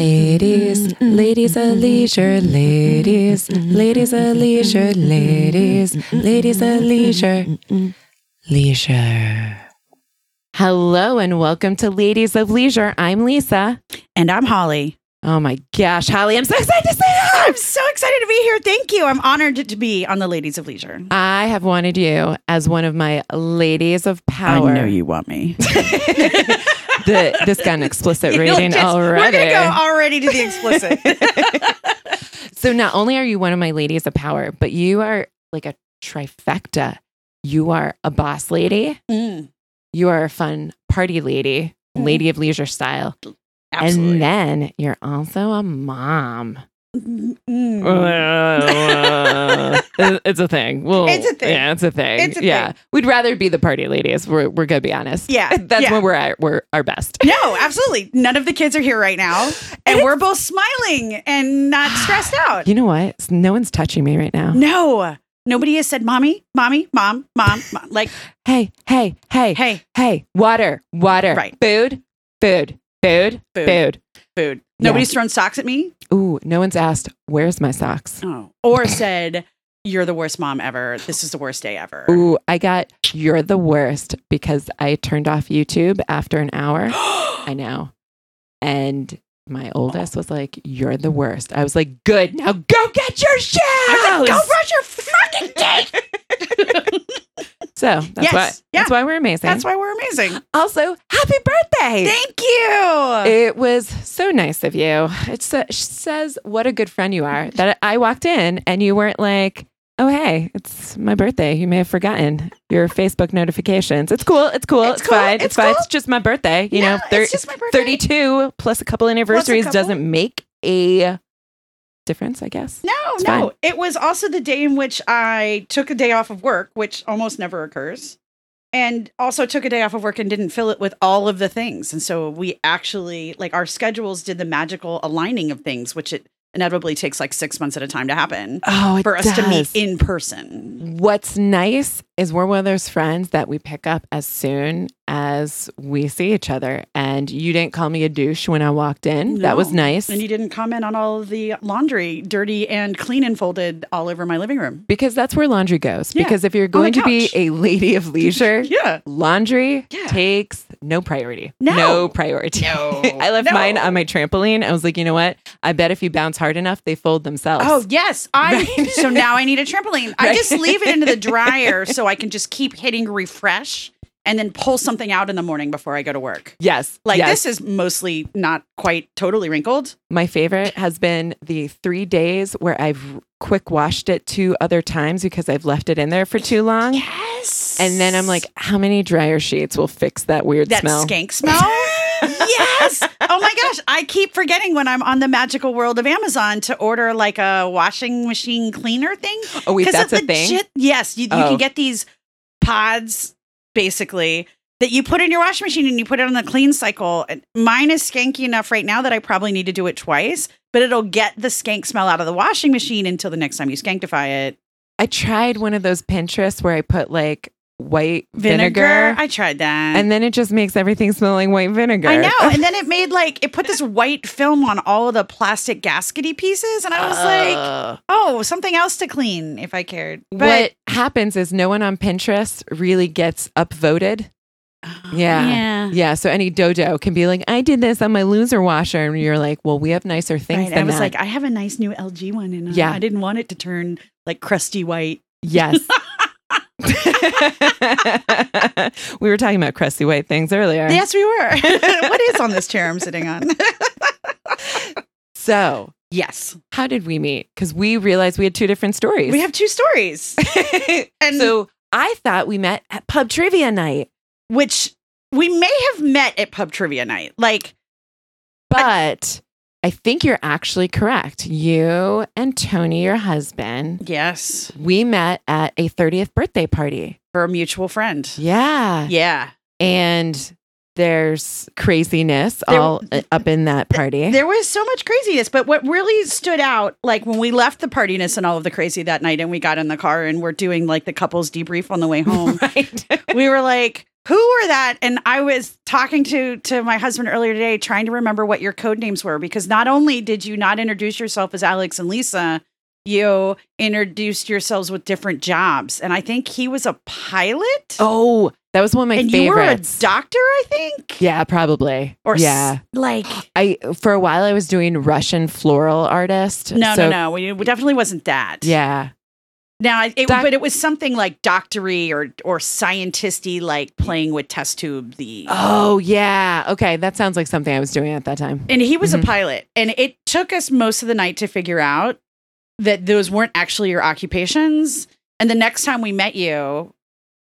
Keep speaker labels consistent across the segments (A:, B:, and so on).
A: Ladies, ladies are leisure, ladies, ladies are leisure, ladies, ladies are leisure, leisure. Hello and welcome to Ladies of Leisure. I'm Lisa.
B: And I'm Holly.
A: Oh my gosh, Holly, I'm so excited to say
B: I'm so excited to be here. Thank you. I'm honored to be on the Ladies of Leisure.
A: I have wanted you as one of my ladies of power.
B: I know you want me.
A: The, this got an explicit rating
B: Just- We're
A: already.
B: going to go already to the explicit.
A: So not only are you one of my ladies of power, but you are like a trifecta. You are a boss lady.
B: Mm,
A: You are a fun party lady,
B: Mhm.
A: lady of leisure style.
B: absolutely.
A: And then you're also a mom.
B: Mm, mm.
A: uh, it's a thing. Well,
B: It's a thing.
A: Yeah, it's a thing.
B: It's a
A: yeah.
B: thing.
A: We'd rather be the party ladies. We're, we're going to be honest.
B: Yeah,
A: That's
B: yeah.
A: when we're at we're our best.
B: no, absolutely. None of the kids are here right now. And we're both smiling and not stressed out.
A: You know what? No one's touching me right now.
B: No, nobody has said, Mommy, Mommy, Mom, Mom, mom. like,
A: Hey, hey, hey,
B: hey,
A: hey, water, water,
B: Right.
A: food, food, food,
B: Food.
A: food.
B: food. Nobody's thrown socks at me.
A: Ooh, no one's asked, where's my socks?
B: Oh. Or said, You're the worst mom ever. This is the worst day ever.
A: Ooh, I got, you're the worst because I turned off YouTube after an hour. I know. And my oldest was like, you're the worst. I was like, good, now go get your shoes.
B: I was like, go brush your fucking teeth.
A: so that's,
B: Yes,
A: why,
B: yeah.
A: that's why we're amazing.
B: That's why we're amazing.
A: also, happy birthday.
B: Thank you.
A: It was so nice of you. It sa- says what a good friend you are that I walked in and you weren't like, oh, hey, it's my birthday. You may have forgotten your Facebook notifications. It's cool. It's cool. It's,
B: It's cool,
A: fine. It's,
B: it's
A: fine.
B: cool.
A: It's just my birthday. You
B: Yeah,
A: know, thir-
B: it's just my birthday.
A: 32 plus a couple anniversaries
B: couple.
A: doesn't make a difference, I guess.
B: No,
A: It's
B: no.
A: fine.
B: It was also the day in which I took a day off of work, which almost never occurs, and also took a day off of work and didn't fill it with all of the things. And so we actually, like, our schedules did the magical aligning of things, which it inevitably takes like six months at a time to happen
A: Oh, it
B: for us to meet
A: does.
B: in person.
A: What's nice is we're one of those friends that we pick up as soon as we see each other. And you didn't call me a douche when I walked in. That was
B: No.
A: nice.
B: And you didn't comment on all of the laundry, dirty and clean and folded all over my living room.
A: because that's where laundry goes.
B: Yeah,
A: Because if you're
B: the
A: going to be
B: couch.
A: a lady of leisure,
B: Yeah.
A: laundry
B: Yeah.
A: takes no priority.
B: No.
A: priority.
B: No.
A: I left
B: No.
A: mine on my trampoline. I was like, you know what? I bet if you bounce hard enough, they fold themselves.
B: Oh yes, I.
A: Right.
B: So now I need a trampoline. I
A: Right.
B: just leave it into the dryer so I can just keep hitting refresh and then pull something out in the morning before I go to work.
A: yes.
B: Like
A: yes.
B: this is mostly not quite totally wrinkled.
A: My favorite has been the three days where I've quick washed it two other times because I've left it in there for too long.
B: Yes.
A: And then I'm like, how many dryer sheets will fix that weird
B: that
A: smell?
B: skank smell. yes. Oh my gosh, I keep forgetting when I'm on the magical world of Amazon to order like a washing machine cleaner thing.
A: Oh, wait,
B: 'Cause
A: that's
B: it
A: a thing?
B: legit- Yes, you, you
A: Oh.
B: can get these pods basically that you put in your washing machine and you put it on the clean cycle. And Mine is skanky enough right now that I probably need to do it twice, but it'll get the skank smell out of the washing machine until the next time you skankify it.
A: I tried one of those Pinterest where I put like white
B: Vinegar,
A: vinegar,
B: I tried that.
A: and then it just makes everything smell like white vinegar.
B: I know. And then it made like it put this white film on all of the plastic gaskety pieces, and I was like, oh, something else to clean if I cared. But
A: what happens is no one on Pinterest really gets upvoted. Yeah.
B: yeah.
A: Yeah, so any dodo can be like, I did this on my loser washer, and you're like, well, we have nicer things
B: Right.
A: than
B: I was
A: that.
B: like, I have a nice new LG one, and uh,
A: Yeah.
B: I didn't want it to turn like crusty white.
A: Yes. we were talking about crusty white things earlier.
B: Yes, we were. what is on this chair I'm sitting on?
A: So,
B: yes,
A: how did we meet? Because we realized we had two different stories.
B: we have two stories, and
A: so, I thought we met at pub trivia night,
B: which we may have met at pub trivia night. Like,
A: but I think you're actually correct. You and Tony, your husband,
B: yes,
A: we met at a 30th birthday party.
B: for a mutual friend.
A: Yeah.
B: Yeah,
A: And there's craziness
B: There-
A: all uh, up in that party.
B: there was so much craziness, but what really stood out, like when we left the partiness and all of the crazy
A: Oh
B: that night, and we got in the car and we're doing like the couples debrief on the way home.
A: right.
B: we were like, who were that? And I was talking to to my husband earlier today, trying to remember what your code names were because not only did you not introduce yourself as Alex and Lisa, you introduced yourselves with different jobs, and I think he was a pilot.
A: Oh, that was one of my
B: and you were a
A: favorites.
B: doctor, I think.
A: yeah, probably.
B: Or s-
A: yeah,
B: Like
A: I for a while I was doing Russian floral artist.
B: no,
A: So-
B: no, no. We, we definitely wasn't that.
A: Yeah,
B: Now, it,
A: Doc-
B: but it was something like doctory or or scientisty, like playing with test tube. The
A: Oh yeah. Okay, that sounds like something I was doing at that time.
B: and he was
A: Mhm.
B: a pilot, and it took us most of the night to figure out that those weren't actually your occupations. And the next time we met you,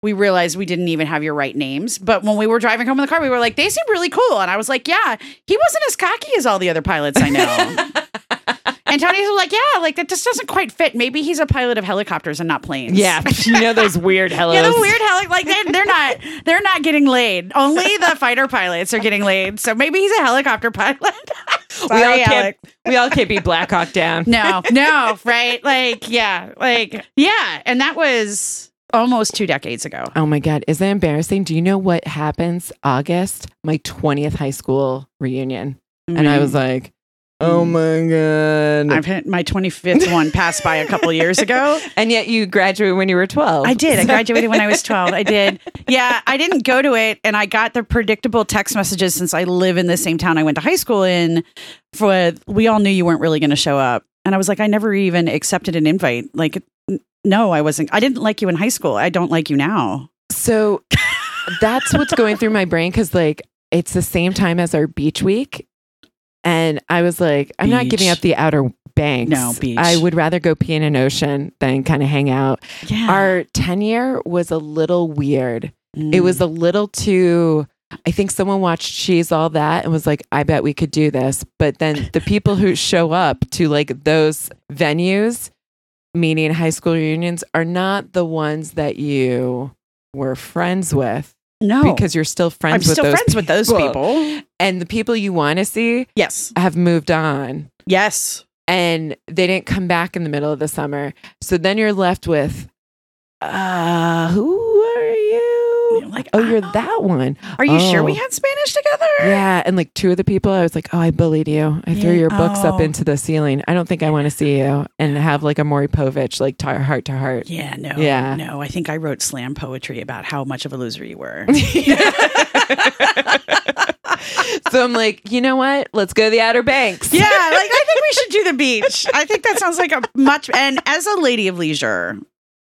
B: we realized we didn't even have your right names. But when we were driving home in the car, we were like, "They seem really cool," and I was like, "Yeah." He wasn't as cocky as all the other pilots I know. and Tony's like, "Yeah, like that just doesn't quite fit. Maybe he's a pilot of helicopters and not planes."
A: yeah, you know those weird hellos.
B: Yeah, the weird how like, like they're, they're not they're not getting laid. Only the fighter pilots are getting laid. So maybe he's a helicopter pilot.
A: we all
B: Sorry,
A: can't.
B: Alex.
A: we all can't be Black Hawk down.
B: No, no, right? Like, yeah, like yeah. And that was almost two decades ago.
A: Oh my god, is that embarrassing? Do you know what happens August, my twentieth high school reunion? And I was like, oh my god.
B: Mm. I've hit my 25th one passed by a couple years ago.
A: and yet you graduated when you were twelve.
B: I did. I graduated when I was 12. I did. Yeah, I didn't go to it. And I got the predictable text messages since I live in the same town I went to high school in. For we all knew you weren't really going to show up. And I was like, I never even accepted an invite. Like, n- no, I wasn't. I didn't like you in high school. I don't like you now.
A: So that's what's going through my brain because like it's the same time as our beach week. And I was like, I'm not giving
B: Beach.
A: up the outer banks.
B: No, beach.
A: I would rather go pee in an ocean than kind of hang out.
B: Yeah.
A: Our tenure was a little weird. It
B: Mm.
A: was a little too I think someone watched She's All That and was like, I bet we could do this. But then the people who show up to like those venues, meaning high school reunions, are not the ones that you were friends with
B: Mm. no.
A: because you're still
B: I'm
A: friends with
B: still
A: those
B: friends with those
A: people.
B: people.
A: and the people you want to see
B: Yes.
A: have moved on
B: Yes.
A: and they didn't come back in the middle of the summer so then you're left with uh who are you
B: You're like, "Ah."
A: oh you're that one
B: Are you sure
A: Oh.
B: we had Spanish together?
A: yeah and like two of the people i was like oh i bullied you i threw
B: Yeah.
A: your books up
B: Oh.
A: into the ceiling i don't think i want to see you and have like a maury povich like tar- heart to heart
B: Yeah, no.
A: Yeah.
B: No, I think I wrote slam poetry about how much of a loser you were.
A: so i'm like you know what let's go to the outer banks
B: Yeah, like I think we should do the beach. I think that sounds like a much and as a lady of leisure,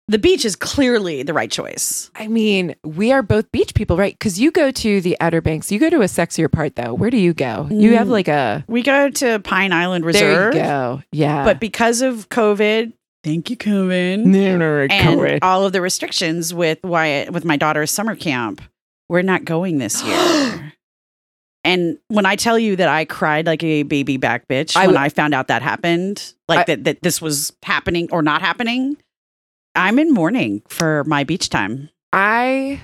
B: the beach is clearly the right choice.
A: I mean, we are both beach people, right? Because you go to the Outer Banks. You go to a sexier part, though. Where do you go? You have
B: Mm.
A: like a.
B: We go to Pine Island
A: There
B: Reserve,
A: you go. Yeah.
B: but because of COVID, thank you, COVID,
A: no, no,
B: and all of the restrictions with Wyatt with my daughter's summer camp, we're not going this year. And when I tell you that I cried like a baby back bitch
A: I
B: when
A: w-
B: I found out that happened, like
A: I-
B: that, that this was happening or not happening, I'm in mourning for my beach time.
A: I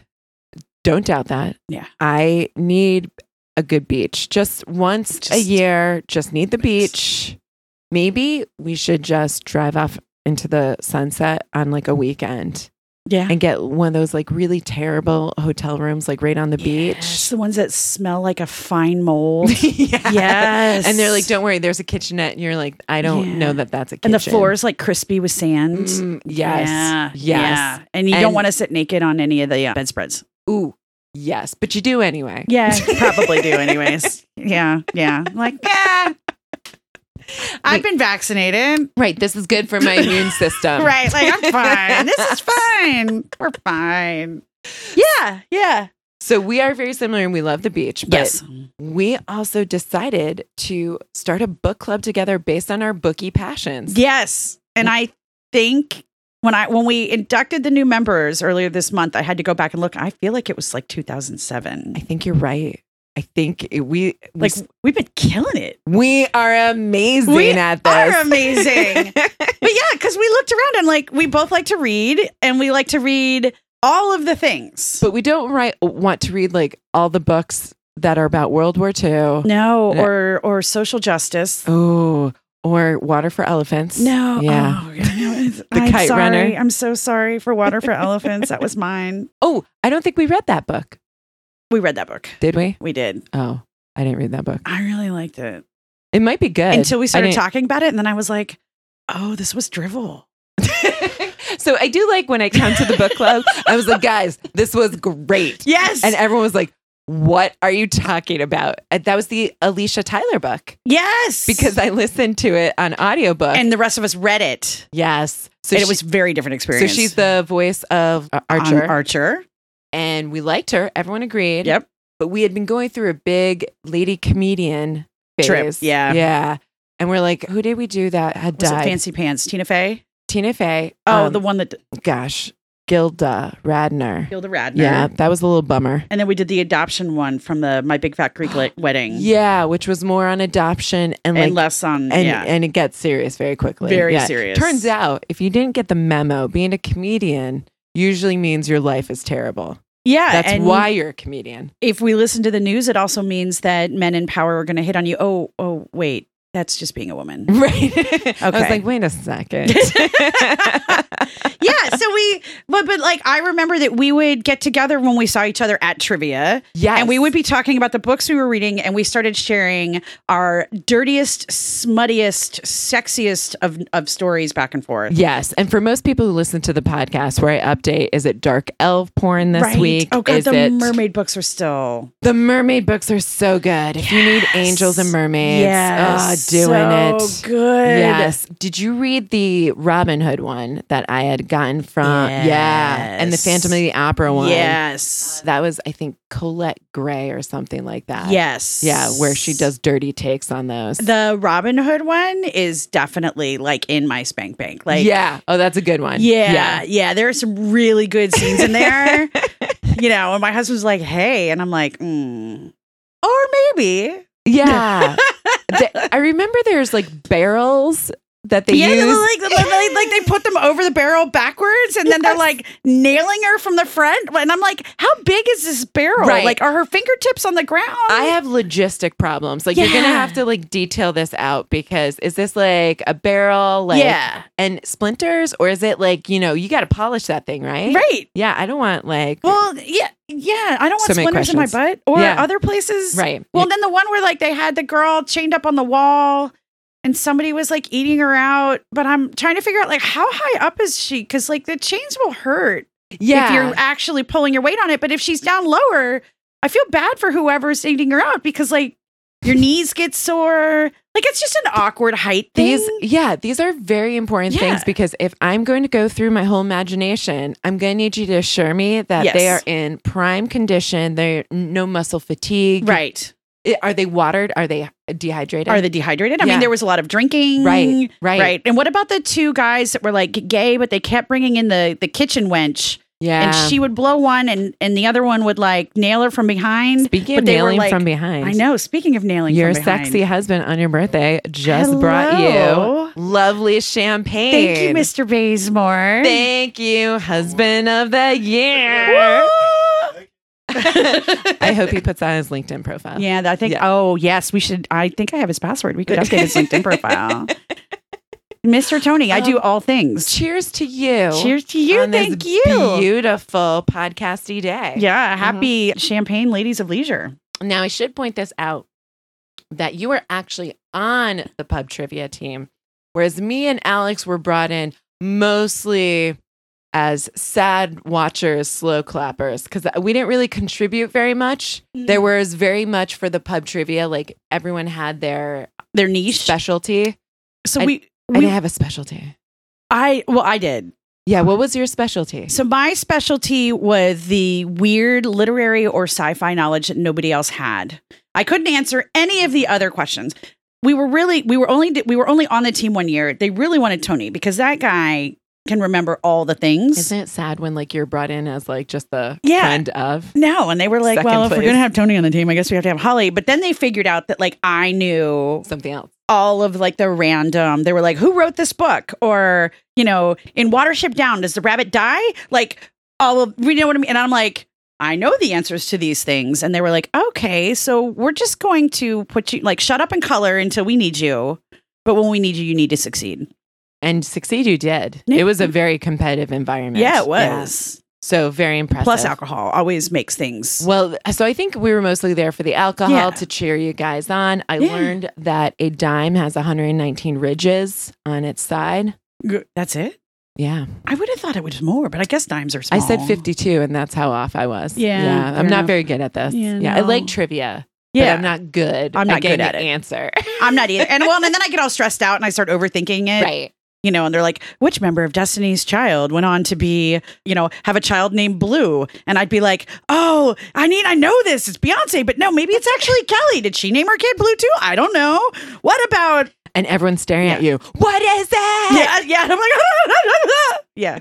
A: don't doubt that.
B: Yeah.
A: I need a good beach just once a
B: Just-
A: year. Just need the beach. Maybe we should just drive off into the sunset on like a weekend
B: Mm. Yeah.
A: and get one of those like really terrible hotel rooms, like right on the
B: Yes, the ones that smell like a fine mold.
A: beach. yeah.
B: yes.
A: And they're like, don't worry, there's a kitchenette. And you're like, I don't
B: Yeah.
A: know that that's a kitchen.
B: And the floor's like crispy with sand.
A: Mm, yes.
B: Yeah,
A: yes.
B: yeah. And you
A: And-
B: don't want to sit naked on any of the uh, bedspreads.
A: Ooh. Yes. But you do anyway.
B: Yeah. probably do, anyways. Yeah. Yeah. I'm Like, yeah. I've been vaccinated.
A: Right. This is good for my immune system.
B: Right. Like, I'm fine. This is fine. We're fine. Yeah. Yeah.
A: So we are very similar and we love the beach. But
B: Yes.
A: we also decided to start a book club together based on our bookie passions.
B: Yes. And I think when I when we inducted the new members earlier this month, I had to go back and look. I feel like it was like 2007.
A: I think you're right. I think it- we we,
B: Like we've been killing it.
A: we are amazing
B: We
A: at this.
B: They're amazing. but yeah, cuz we looked around and like we both like to read and we like to read all of the things.
A: but we don't write, want to read like all the books that are about World War II.
B: no,
A: Yeah.
B: or or social justice.
A: Oh, or water for elephants.
B: No.
A: Yeah.
B: Oh, yeah, no, it's-
A: The
B: I'm
A: Kite
B: sorry.
A: Runner.
B: I'm so sorry for Water for Elephants. That was mine.
A: Oh, I don't think we read that book.
B: We read that book.
A: Did we?
B: We did.
A: Oh, I didn't read that book.
B: I really liked it
A: It might be good
B: until we
A: I
B: started
A: didn't-
B: talking about it, and then I was like, "Oh, this was drivel."
A: so I do like when I come to the book club. I was like, guys, this was great,
B: Yes.
A: and everyone was like, "What are you talking about?" And that was the Alicia Tyler book
B: yes.
A: because uh, I listened to it on audiobook.
B: and the rest of us read it.
A: yes, so
B: and
A: she-
B: it was very different
A: so
B: experience.
A: she's the voice of uh,
B: Um,
A: Archer,
B: Archer.
A: and we liked her. Everyone agreed.
B: Yep.
A: but we had been going through a big lady comedian phase.
B: Trip, yeah.
A: Yeah. And we're like, who did we do that had
B: Was
A: died?
B: it Fancy Pants? Tina Fey?
A: Tina Fey.
B: Oh,
A: um,
B: the one that
A: gosh, Gilda Radner.
B: Gilda Radner.
A: Yeah, that was a little bummer.
B: And then we did the adoption one from the My Big Fat Greek Li- Wedding.
A: Yeah, which was more on adoption and like
B: and less on
A: and,
B: yeah.
A: and it gets serious very quickly.
B: Very
A: Yeah.
B: serious.
A: Turns out if you didn't get the memo, being a comedian usually means your life is terrible.
B: yeah.
A: That's
B: and
A: why you're a comedian.
B: if we listen to the news, it also means that men in power are going to hit on you. Oh, oh, wait, that's just being a woman.
A: Right. Okay. I was
B: Okay.
A: like, wait a second.
B: yeah. So we, but but like I remember that we would get together when we saw each other at trivia,
A: yes.
B: and we would be talking about the books we were reading, and we started sharing our dirtiest, smuttiest, sexiest of of stories back and forth.
A: Yes, and for most people who listen to the podcast, where I update, is it dark elf porn this
B: right.
A: week?
B: Oh god,
A: is
B: the
A: it
B: mermaid books are still
A: the mermaid books are so good. If you need
B: Yes.
A: angels and mermaids,
B: Yes,
A: oh, doing
B: so
A: it.
B: Good.
A: Yes. Did you read the Robin Hood one that I had gotten from? Yeah, and the
B: Yes.
A: Phantom of the Opera one.
B: Yes.
A: that was I think Colette Gray or something like that.
B: yes.
A: yeah, where she does dirty takes on those.
B: the Robin Hood one is definitely like in my spank bank. Like
A: yeah. Oh, that's a good one.
B: Yeah, yeah, There are some really good scenes in there. you know, and my husband's like, "Hey," and I'm like, mm. "Or maybe."
A: Yeah. The- I remember there's like barrels that they
B: yeah, they're
A: use.
B: like, like, like- like they put them over the barrel backwards, and then they're
A: Yes.
B: like nailing her from the front. And I'm like, "How big is this barrel?
A: Right.
B: Like, are her fingertips on the ground?"
A: I have logistic problems. Like you're gonna
B: Yeah.
A: have to like detail this out because is this like a barrel like
B: yeah,
A: and splinters or is it like, you know, you gotta polish that thing, right?
B: right.
A: Yeah, I don't want like
B: Well, yeah, yeah. I don't want
A: So many
B: splinters in my
A: questions.
B: butt or
A: Yeah.
B: other places.
A: right.
B: Well, then the one where like they had the girl chained up on the wall and somebody was like eating her out, but I'm trying to figure out like how high up is she? Cuz like the chains will hurt
A: yeah.
B: if you're actually pulling your weight on it, but if she's down lower, I feel bad for whoever's eating her out because like your knees get sore. Like it's just an awkward height thing.
A: these yeah, these are very important things
B: Yeah.
A: because if I'm going to go through my whole imagination, I'm going to need you to assure me that they
B: Yes.
A: are in prime condition. They're no muscle fatigue.
B: right.
A: I- Are they watered? Are they dehydrated?
B: Are they dehydrated? I
A: Yeah.
B: mean, there was a lot of drinking.
A: right, right,
B: Right. And what about the two guys that were like gay, but they kept bringing in the the kitchen wench
A: Yeah.
B: and she would blow one and and the other one would like nail her from behind
A: speaking of
B: but they were
A: nailing
B: like-
A: from behind.
B: i know speaking of nailing
A: Your
B: from behind.
A: sexy husband on your birthday just brought you
B: Hello.
A: lovely champagne.
B: thank you mr baysmore
A: Thank you, husband of the year.
B: Woo!
A: I hope he puts that on his LinkedIn profile.
B: yeah i think
A: Yeah.
B: oh yes we should i think i have his password we could update his linkedin profile mr tony i do all things
A: Cheers Um, to you.
B: cheers to you
A: on this
B: thank you
A: Beautiful podcasty day.
B: yeah happy champagne ladies of leisure
A: Now I should point this out that you were actually on the pub trivia team, whereas me and Alex were brought in mostly as sad watchers, slow clappers, because we didn't really contribute very much.
B: Mm.
A: There was very much for the pub trivia, like everyone had their
B: their niche
A: specialty.
B: so
A: I-
B: we,
A: I
B: we
A: didn't have a specialty.
B: I well i did
A: Yeah, what was your specialty?
B: So my specialty was the weird literary or sci-fi knowledge that nobody else had. I couldn't answer any of the other questions. We were really we were only we were only on the team one year. They really wanted Tony because that guy can remember all the things.
A: Isn't it sad when like you're brought in as like just the
B: Yeah.
A: friend of?
B: no, and they were like,
A: Second
B: "Well, if
A: place.
B: we're gonna have Tony on the team, I guess we have to have Holly." But then they figured out that like I knew
A: Something else.
B: all of like the random. They were like, "Who wrote this book?" Or you know, in Watership Down, does the rabbit die? Like all of you know what I mean. And I'm like, I know the answers to these things. And they were like, "Okay, so we're just going to put you like shut up and color until we need you, but when we need you, you need to succeed."
A: And succeed you did.
B: Yeah.
A: It was a very competitive environment.
B: Yeah, it was.
A: So very impressive.
B: Plus, alcohol always makes things.
A: Well, so I think we were mostly there for the alcohol
B: Yeah.
A: to cheer you guys on. I
B: Yeah.
A: learned that a dime has 119 ridges on its side.
B: G- That's it.
A: Yeah.
B: I would have thought it was more, but I guess dimes are
A: I
B: small.
A: said 52, and that's how off I was.
B: Yeah,
A: Yeah.
B: fair
A: I'm not
B: enough.
A: very good at this.
B: Yeah,
A: Yeah. I
B: no.
A: like trivia,
B: Yeah,
A: but I'm not good
B: I'm not
A: getting
B: good at
A: the
B: it.
A: answer.
B: I'm not either. And well, and then I get all stressed out and I start overthinking it.
A: right.
B: You know, and they're like, which member of Destiny's Child went on to be, you know, have a child named Blue? And I'd be like, oh, I mean, I know this. It's Beyonce, but no, maybe it's actually Kelly. Did she name her kid Blue too? I don't know. What about?
A: And everyone's staring at you. What is that?
B: Yeah, yeah. And I'm like, yeah.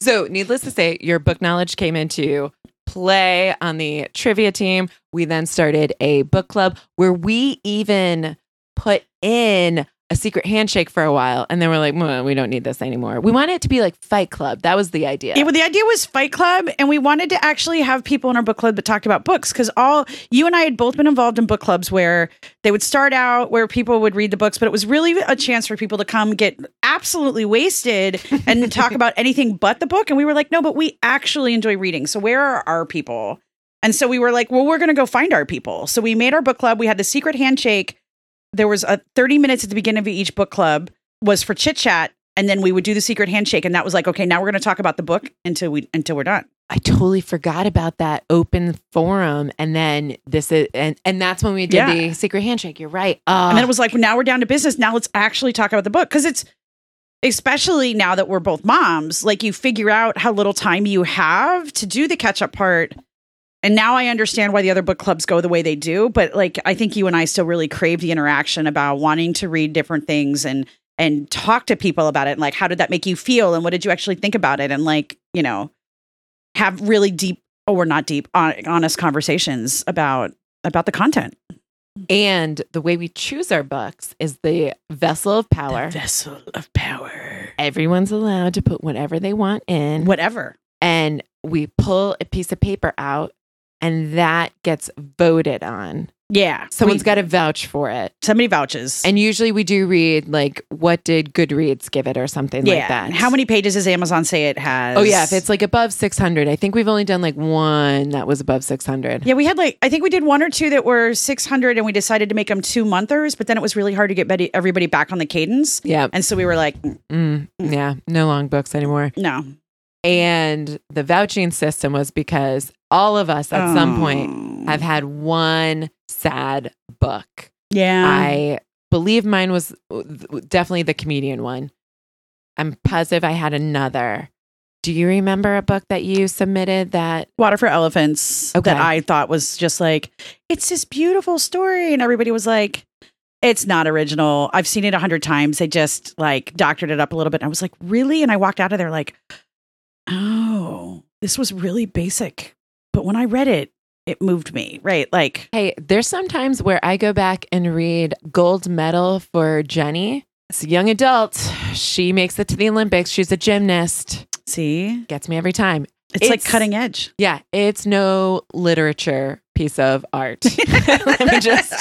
A: So, needless to say, your book knowledge came into play on the trivia team. We then started a book club where we even put in a secret handshake for a while. And then we're like, "Well, we don't need this anymore. We want it to be like Fight Club. That was the idea.
B: It, the idea was Fight Club, and we wanted to actually have people in our book club that talked about books because all you and I had both been involved in book clubs where they would start out where people would read the books, but it was really a chance for people to come get absolutely wasted and talk about anything but the book. And we were like, no, but we actually enjoy reading. So where are our people? And so we were like, well, we're going to go find our people. So we made our book club. We had the secret handshake. There was a 30 minutes at the beginning of each book club was for chit chat and then we would do the secret handshake and that was like okay now we're going to talk about the book until we until we're done
A: I totally forgot about that open forum. And then this is, and, and that's when we did
B: Yeah.
A: the secret handshake. You're right. Uh,
B: and then it was like now we're down to business now let's actually talk about the book because it's especially now that we're both moms like you figure out how little time you have to do the catch up part and now i understand why the other book clubs go the way they do but like i think you and i still really crave the interaction about wanting to read different things and and talk to people about it and like how did that make you feel and what did you actually think about it and like you know have really deep or not deep hon- honest conversations about about the content
A: and the way we choose our books is the vessel of power.
B: vessel of power
A: Everyone's allowed to put whatever they want in.
B: whatever
A: and we pull a piece of paper out and that gets voted on.
B: yeah
A: Someone's
B: we-
A: got to vouch for it.
B: somebody vouches
A: And usually we do read like what did Goodreads give it or something
B: yeah
A: like that.
B: how many pages does amazon say it has
A: Oh yeah, if it's like above 600. I think we've only done like one that was above 600.
B: Yeah, we had like I think we did one or two that were 600, and we decided to make them two monthers. But then it was really hard to get Betty, everybody back on the cadence,
A: Yeah.
B: and so we were like, "Mm,
A: Mm, yeah, no long books anymore.
B: no.
A: And the vouching system was because all of us at some point
B: Oh.
A: have had one sad book.
B: yeah,
A: I believe mine was uh, definitely the comedian one. I'm positive I had another. Do you remember a book that you submitted that?
B: Water for Elephants
A: Okay.
B: that I thought was just like it's this beautiful story, and everybody was like, it's not original. I've seen it a hundred times. They just like doctored it up a little bit. And I was like, really? And I walked out of there like, oh, this was really basic. But when I read it, it moved me. Right? Like.
A: Hey, there's sometimes where I go back and read Gold Medal for Jenny. It's a young adult. She makes it to the Olympics. She's a gymnast.
B: See,
A: Gets me every time.
B: it's, like
A: It's-
B: cutting edge.
A: Yeah, it's no literature piece of art. Let me just,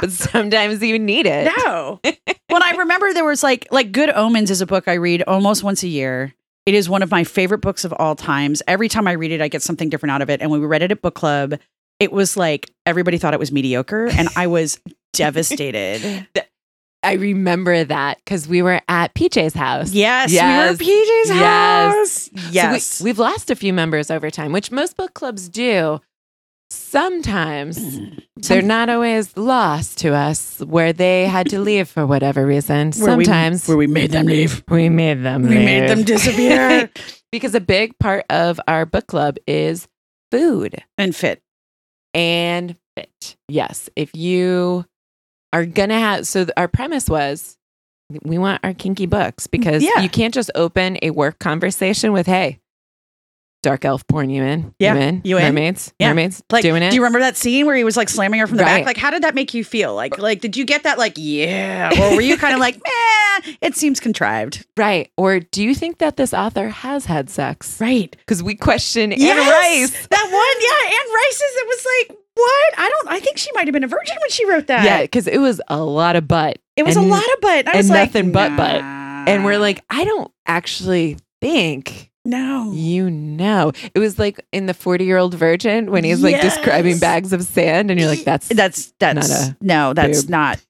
A: but sometimes you need it.
B: no. When I remember there was like like Good Omens is a book I read almost once a year. It is one of my favorite books of all times. Every time I read it, I get something different out of it. And when we read it at book club, it was like everybody thought it was mediocre, and I was devastated.
A: I remember that because we were at PJ's house.
B: Yes,
A: Yes.
B: we were at PJ's
A: Yes.
B: house.
A: So
B: Yes,
A: we, we've lost a few members over time, which most book clubs do.
B: Mm-hmm.
A: Sometimes
B: Mm.
A: they're not always lost to us where they had to leave for whatever reason.
B: Where we-
A: Sometimes
B: where we made them leave.
A: we made them
B: We made them
A: leave.
B: disappear
A: because a big part of our book club is food
B: and fit.
A: and fit. Yes. If you are going to have, so th- our premise was we want our kinky books because
B: Yeah.
A: you can't just open a work conversation with, hey, dark elf porn, you in?
B: Yeah.
A: You in?
B: You in?
A: Mermaids?
B: Yeah.
A: Mermaids?
B: Like,
A: doing it?
B: do you remember that scene where he was like slamming her from the back?
A: Right.
B: Like, how did that make you feel? Like, like, did you get that? Like, yeah, or were you kind of like, man, it seems contrived,
A: right. Or do you think that this author has had sex?
B: right?
A: Because we question Anne
B: Yes,
A: Rice.
B: that one, yeah, Anne Rice's. It was like, what? I don't. I think she might have been a virgin when she wrote that.
A: Yeah, because it was a lot of butt.
B: it was
A: and-
B: a lot of butt. I was
A: and
B: like,
A: nothing but
B: nah.
A: butt. And we're like, I don't actually think
B: No.
A: You know, it was like in the 40 year old virgin when he's like describing
B: Yes.
A: bags of sand, and you're like, that's
B: That's that's
A: a
B: no, that's
A: boob.
B: not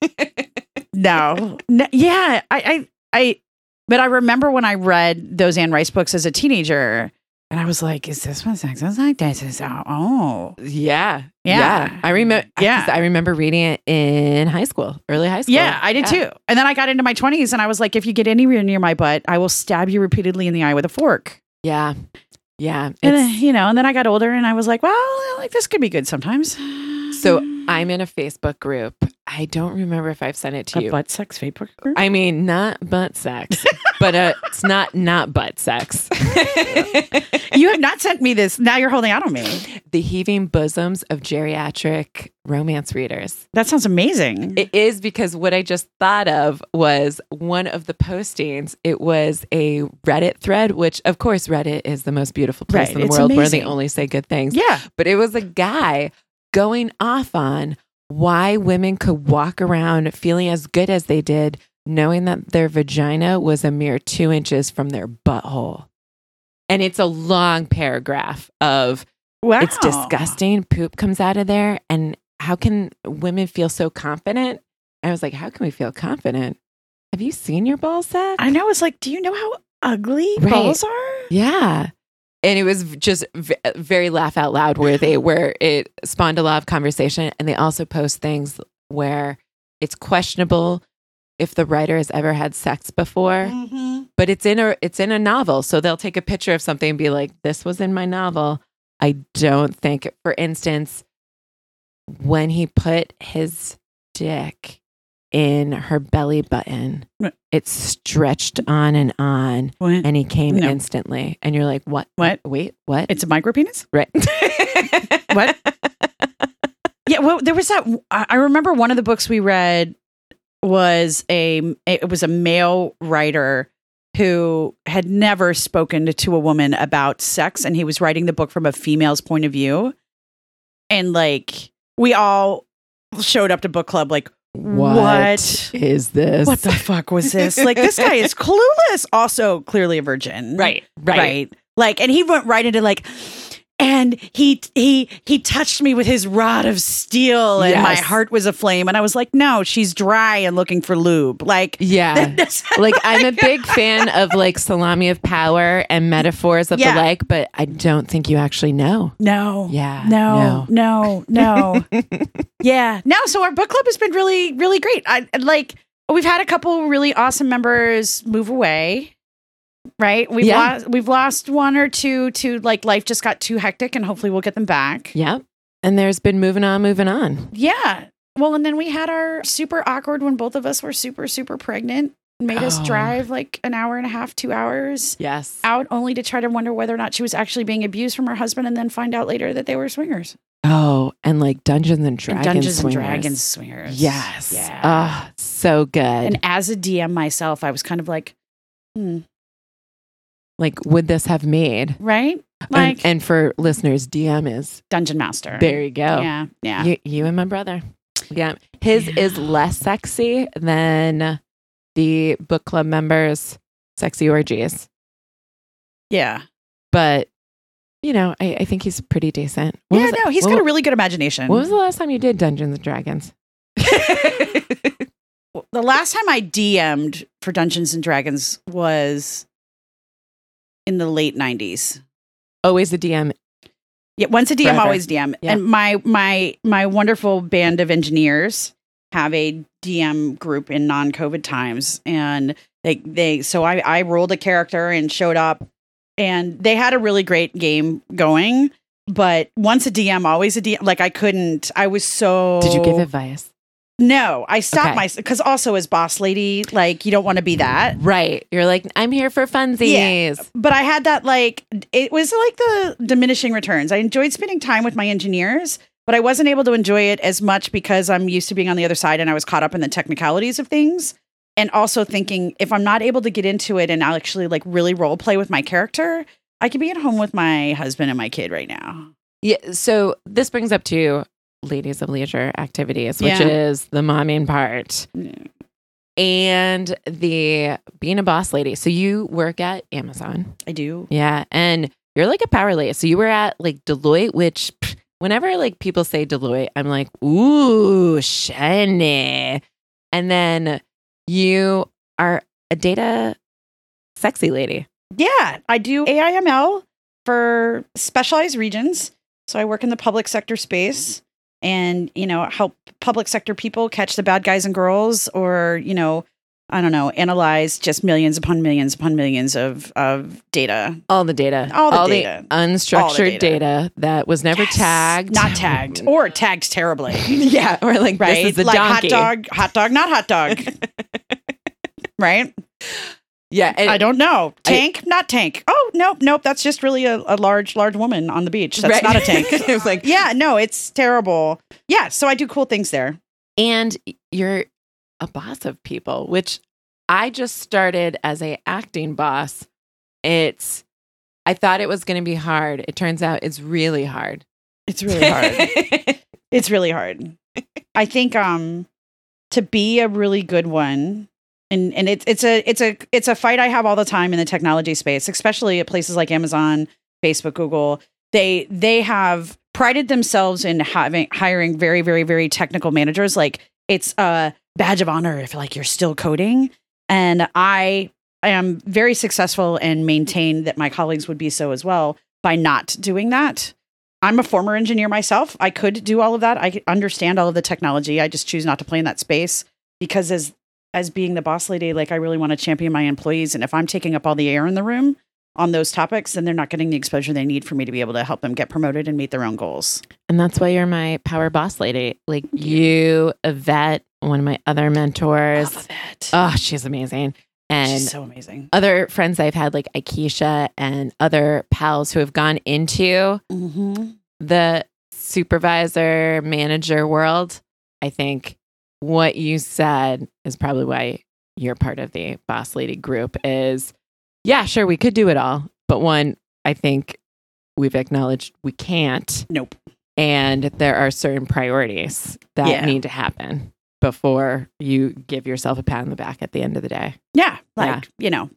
B: no. no. Yeah, I, I I but I remember when I read those Anne Rice books as a teenager and I was like, is this one sex? I was like, this is oh, oh.
A: yeah,
B: Yeah.
A: I remember,
B: Yeah.
A: I remember reading it in high school, early high school.
B: Yeah, I did too. And then I got into my 20s and I was like, if you get anywhere near my butt, I will stab you repeatedly in the eye with a fork.
A: Yeah, yeah.
B: And, uh,
A: It's-
B: you know, and then I got older and I was like, well, like this could be good sometimes.
A: so I'm in a Facebook group. I don't remember if I've sent it to
B: a
A: you.
B: butt sex vapor. group?
A: I mean, not butt sex, but uh, it's not not butt sex.
B: you have not sent me this. Now you're holding out on me.
A: the heaving bosoms of geriatric romance readers.
B: That sounds amazing.
A: It is because what I just thought of was one of the postings. It was a Reddit thread, which of course Reddit is the most beautiful place
B: Right,
A: in the
B: it's
A: world where they
B: amazing.
A: only say good things.
B: yeah.
A: But it was a guy going off on why women could walk around feeling as good as they did, knowing that their vagina was a mere two inches from their butthole. And it's a long paragraph of
B: Wow.
A: it's disgusting. Poop comes out of there. And how can women feel so confident? And I was like, how can we feel confident? Have you seen your ball sack?
B: I know. It's like, do you know how ugly
A: Right.
B: balls are?
A: yeah. And it was v- just v- very laugh out loud where they where it spawned a lot of conversation. And they also post things where it's questionable if the writer has ever had sex before,
B: Mm-hmm.
A: but it's in a it's in a novel, so they'll take a picture of something and be like, "This was in my novel." I don't think, for instance, when he put his dick in her belly button,
B: Right.
A: it stretched on and on,
B: What?
A: and he came
B: No.
A: instantly. And you're like, "What?
B: What?
A: Wait, what?
B: It's a micro penis?
A: right?
B: What? yeah. Well, there was that. I I remember one of the books we read was a it was a male writer who had never spoken to a woman about sex and he was writing the book from a female's point of view and like we all showed up to book club like
A: What is this?
B: what the fuck was this? Like this guy is clueless. Also, clearly a virgin.
A: right, right,
B: right. Like, and he went right into like, and he he he touched me with his rod of steel, and my
A: Yes.
B: heart was aflame. And I was like, no, she's dry and looking for lube. Like,
A: Yeah. like I'm a big fan of like salami of power and metaphors of
B: Yeah.
A: the like, but I don't think you actually know.
B: no.
A: Yeah.
B: No, no, no. yeah. No, so our book club has been really, really great. I I like we've had a couple really awesome members move away. Right? We've
A: Yeah.
B: lost we've lost one or two to like life just got too hectic and hopefully we'll get them back.
A: Yep. And there's been moving on, moving on.
B: Yeah. Well, and then we had our super awkward when both of us were super, super pregnant. Made us
A: Oh.
B: drive like an hour and a half, two hours
A: Yes.
B: out only to try to wonder whether or not she was actually being abused from her husband and then find out later that they were swingers.
A: Oh, and like Dungeons and Dragons.
B: Dungeons
A: swingers.
B: and Dragons swingers.
A: Yes.
B: Yeah.
A: Ah, so good.
B: and as a DM myself, I was kind of like, hmm,
A: like, would this have made?
B: right?
A: And-
B: Like
A: and, for listeners, DM is
B: Dungeon Master.
A: there. You go.
B: Yeah. Yeah.
A: You, you and my brother. Yeah. His
B: Yeah.
A: is less sexy than the book club members' sexy orgies.
B: Yeah.
A: but you know, I, I think he's pretty decent. What
B: Yeah.
A: was-
B: No, he's
A: what-
B: got a really good imagination.
A: What was the last time you did Dungeons and Dragons?
B: the last time I DM'd for Dungeons and Dragons was in the late 90s.
A: Always the DM.
B: Yeah, once a DM,
A: Forever.
B: always DM.
A: Yeah.
B: And my my my wonderful band of engineers have a DM group in non-COVID times, and they they so I I rolled a character and showed up, and they had a really great game going. But once a DM, always a DM. Like I couldn't. I was so.
A: Did you give advice?
B: No, I stopped
A: Okay.
B: my because also as boss lady, like you don't want to be that.
A: Right. You're like, I'm here for funsies.
B: but I had that like it was like the diminishing returns. I enjoyed spending time with my engineers, but I wasn't able to enjoy it as much because I'm used to being on the other side and I was caught up in the technicalities of things. And also thinking if I'm not able to get into it and I'll actually like really role play with my character, I could be at home with my husband and my kid right now.
A: Yeah. So this brings up to ladies of leisure activities, which
B: Yeah.
A: is the momming part.
B: Yeah.
A: and the being a boss lady. So you work at Amazon.
B: I do.
A: Yeah. And you're like a power lady. So you were at like Deloitte, which pff, whenever like people say Deloitte, I'm like, ooh, shiny. And then you are a data sexy lady.
B: Yeah, I do AIML for specialized regions. So I work in the public sector space and, you know, help public sector people catch the bad guys and girls or, you know, I don't know, analyze just millions upon millions upon millions of, of data.
A: All the data.
B: All the data.
A: unstructured
B: All the
A: data.
B: data.
A: that was never
B: Yes.
A: tagged.
B: Not tagged. Or tagged terribly.
A: yeah. Or like,
B: Right?
A: this is the
B: like
A: donkey.
B: hot dog, hot dog, not hot dog. right?
A: Yeah. and-
B: I don't know.
A: I-
B: Tank, not tank. Oh, nope, nope. That's just really a, a large, large woman on the beach. That's
A: right.
B: not a tank.
A: it was like,
B: yeah, no, it's terrible. Yeah, so I do cool things there.
A: and you're a boss of people which i just started as a acting boss it's i thought it was going to be hard it turns out it's really hard
B: It's really hard. it's really hard. I think um to be a really good one and and it's it's a it's a it's a fight I have all the time in the technology space, especially at places like Amazon, Facebook, Google. They they have prided themselves in having hiring very very very technical managers like it's a badge of honor if like you're still coding and I am very successful and maintain that my colleagues would be so as well by not doing that. I'm a former engineer myself. I could do all of that. I understand all of the technology. I just choose not to play in that space because as as being the boss lady, like I really want to champion my employees. And if I'm taking up all the air in the room on those topics, then they're not getting the exposure they need for me to be able to help them get promoted and meet their own goals.
A: and that's why you're my power boss lady like you yvette one of my other mentors
B: Alphabet.
A: oh she's amazing and
B: She's so amazing.
A: other friends i've had like Aikisha and other pals who have gone into
B: Mm-hmm.
A: the supervisor manager world, I think what you said is probably why you're part of the boss lady group is yeah, sure, we could do it all. But one, I think we've acknowledged we can't.
B: Nope.
A: And there are certain priorities that
B: Yeah.
A: need to happen before you give yourself a pat on the back at the end of the day.
B: Yeah. Like, you know.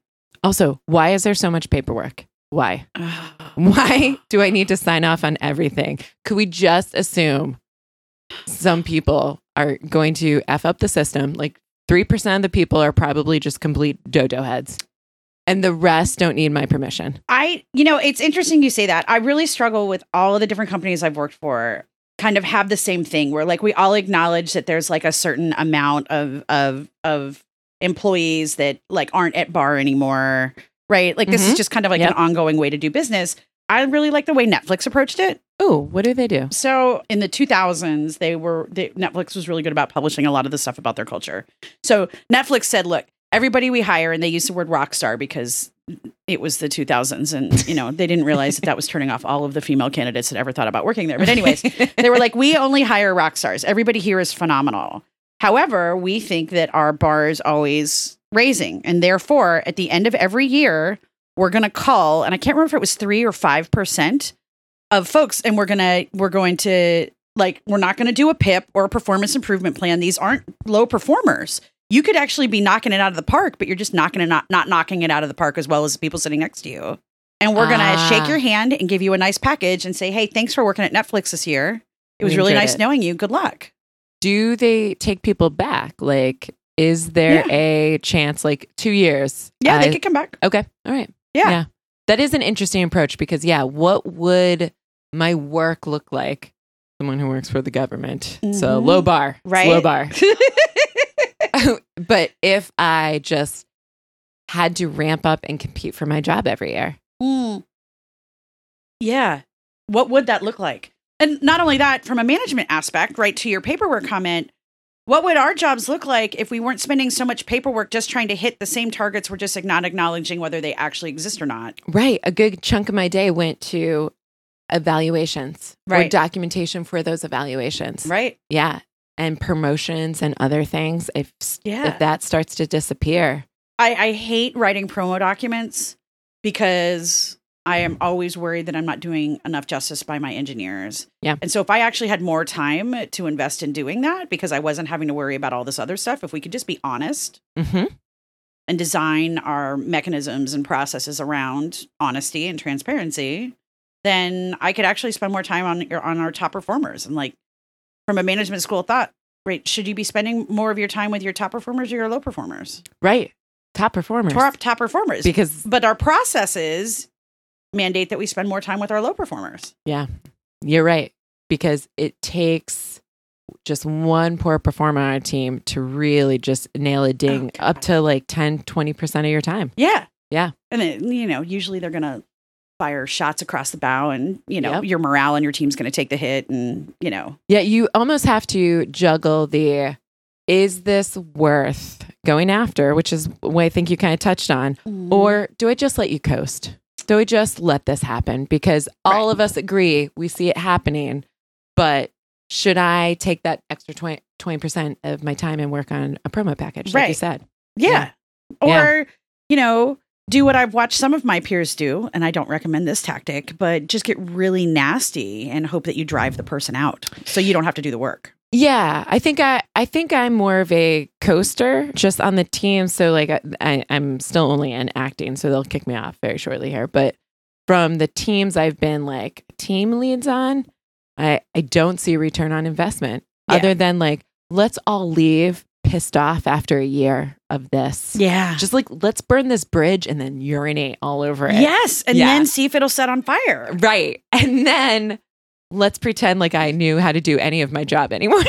A: Also, why is there so much paperwork? Why? Why do I need to sign off on everything? Could we just assume some people are going to F up the system? Like 3% of the people are probably just complete dodo heads, and the rest don't need my permission.
B: I, you know, it's interesting you say that. I really struggle with all of the different companies I've worked for kind of have the same thing where like we all acknowledge that there's like a certain amount of of of employees that like aren't at bar anymore, right? Like this is just kind of like
A: Yep.
B: an ongoing way to do business. I really like the way Netflix approached it.
A: Oh, what do they do?
B: So in the 2000s, they were they, Netflix was really good about publishing a lot of the stuff about their culture. So Netflix said, "Look, everybody we hire," and they used the word rock star because it was the 2000s, and you know they didn't realize that that was turning off all of the female candidates that ever thought about working there. But anyways, they were like, "We only hire rock stars. Everybody here is phenomenal." However, we think that our bar is always raising, and therefore, at the end of every year, we're going to call, and I can't remember if it was three or five percent of folks and we're gonna we're going to like we're not gonna do a pip or a performance improvement plan these aren't low performers you could actually be knocking it out of the park but you're just knocking it not, not knocking it out of the park as well as the people sitting next to you and we're gonna
A: Ah.
B: shake your hand and give you a nice package and say hey thanks for working at netflix this year it was
A: We
B: really
A: enjoyed
B: nice
A: it."
B: knowing you good luck
A: Do they take people back? Like, is there a chance, like two years?
B: yeah
A: I-
B: they could come back
A: Okay. All right.
B: Yeah.
A: Yeah. That is an interesting approach because, yeah, what would my work look like? Someone who works for the government. So
B: Mhm.
A: low bar, It's
B: Right.
A: Low bar. but if I just had to ramp up and compete for my job every year,
B: Mm. Yeah. What would that look like? And not only that, from a management aspect, right to your paperwork comment, what would our jobs look like if we weren't spending so much paperwork just trying to hit the same targets? We're just not acknowledging whether they actually exist or not.
A: right, a good chunk of my day went to evaluations or
B: Right.
A: documentation for those evaluations.
B: Right.
A: Yeah. And promotions and other things. If,
B: Yeah.
A: if that starts to disappear,
B: I, I hate writing promo documents because I am always worried that I'm not doing enough justice by my engineers.
A: Yeah.
B: And so if I actually had more time to invest in doing that because I wasn't having to worry about all this other stuff, if we could just be honest
A: hmm
B: and design our mechanisms and processes around honesty and transparency, then I could actually spend more time on your on our top performers. And like from a management school thought, right, should you be spending more of your time with your top performers or your low performers?
A: Right. Top performers.
B: Top top performers.
A: Because
B: but our processes mandate that we spend more time with our low performers.
A: you're right. Because it takes just one poor performer on a team to really just nail a ding
B: Oh,
A: up
B: God.
A: to like 10, 20% of your time.
B: Yeah.
A: Yeah.
B: And then, you know, usually they're going to fire shots across the bow and, you know,
A: Yep.
B: your morale and your team's going to take the hit and, you know,
A: Yeah, you almost have to juggle the is this worth going after, which is what I think you kind of touched on,
B: Mm-hmm.
A: or do I just let you coast? Do I just let this happen? Because all
B: Right.
A: of us agree we see it happening, but should I take that extra 20, percent of my time and work on a promo package, like you
B: Right.
A: said?
B: Yeah.
A: Yeah.
B: Or, you know, do what I've watched some of my peers do, and I don't recommend this tactic, but just get really nasty and hope that you drive the person out so you don't have to do the work.
A: Yeah, I think I I think I'm more of a coaster just on the team. So like I, I I'm still only in acting, so they'll kick me off very shortly here. But from the teams I've been like team leads on, I I don't see a return on investment
B: Yeah.
A: other than like let's all leave pissed off after a year of this.
B: Yeah.
A: Just like let's burn this bridge and then urinate all over it.
B: Yes. And
A: Yeah.
B: then see if it'll set on fire.
A: Right. And then let's pretend like I knew how to do any of my job anymore.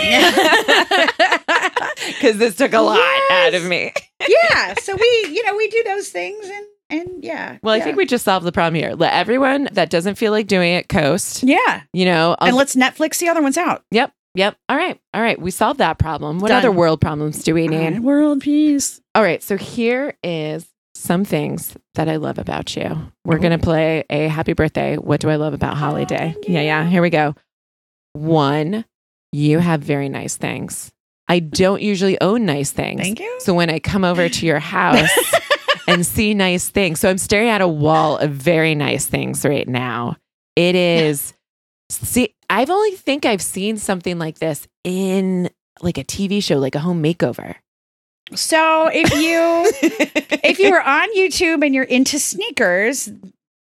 A: Because this took a lot out of
B: Yes.
A: me.
B: yeah. So we, you know, we do those things and, and yeah.
A: Well, I
B: yeah.
A: think we just solved the problem here. Let everyone that doesn't feel like doing it coast.
B: Yeah.
A: You know, I'll-
B: and let's Netflix the other ones out.
A: yep, yep. All right, all right. We solved that problem. What
B: Done.
A: other world problems do we need?
B: World peace.
A: All right, so here is some things that I love about you. We're going to play a happy birthday. What do I love about Holly Day?
B: Thank
A: Yeah, yeah. Here we go. One, you have very nice things. I don't usually own nice things.
B: Thank you.
A: So when I come over to your house and see nice things, so I'm staring at a wall of very nice things right now. It is, see, I've only think I've seen something like this in like a TV show, like a home makeover.
B: So if you if you were on YouTube and you're into sneakers,
A: Is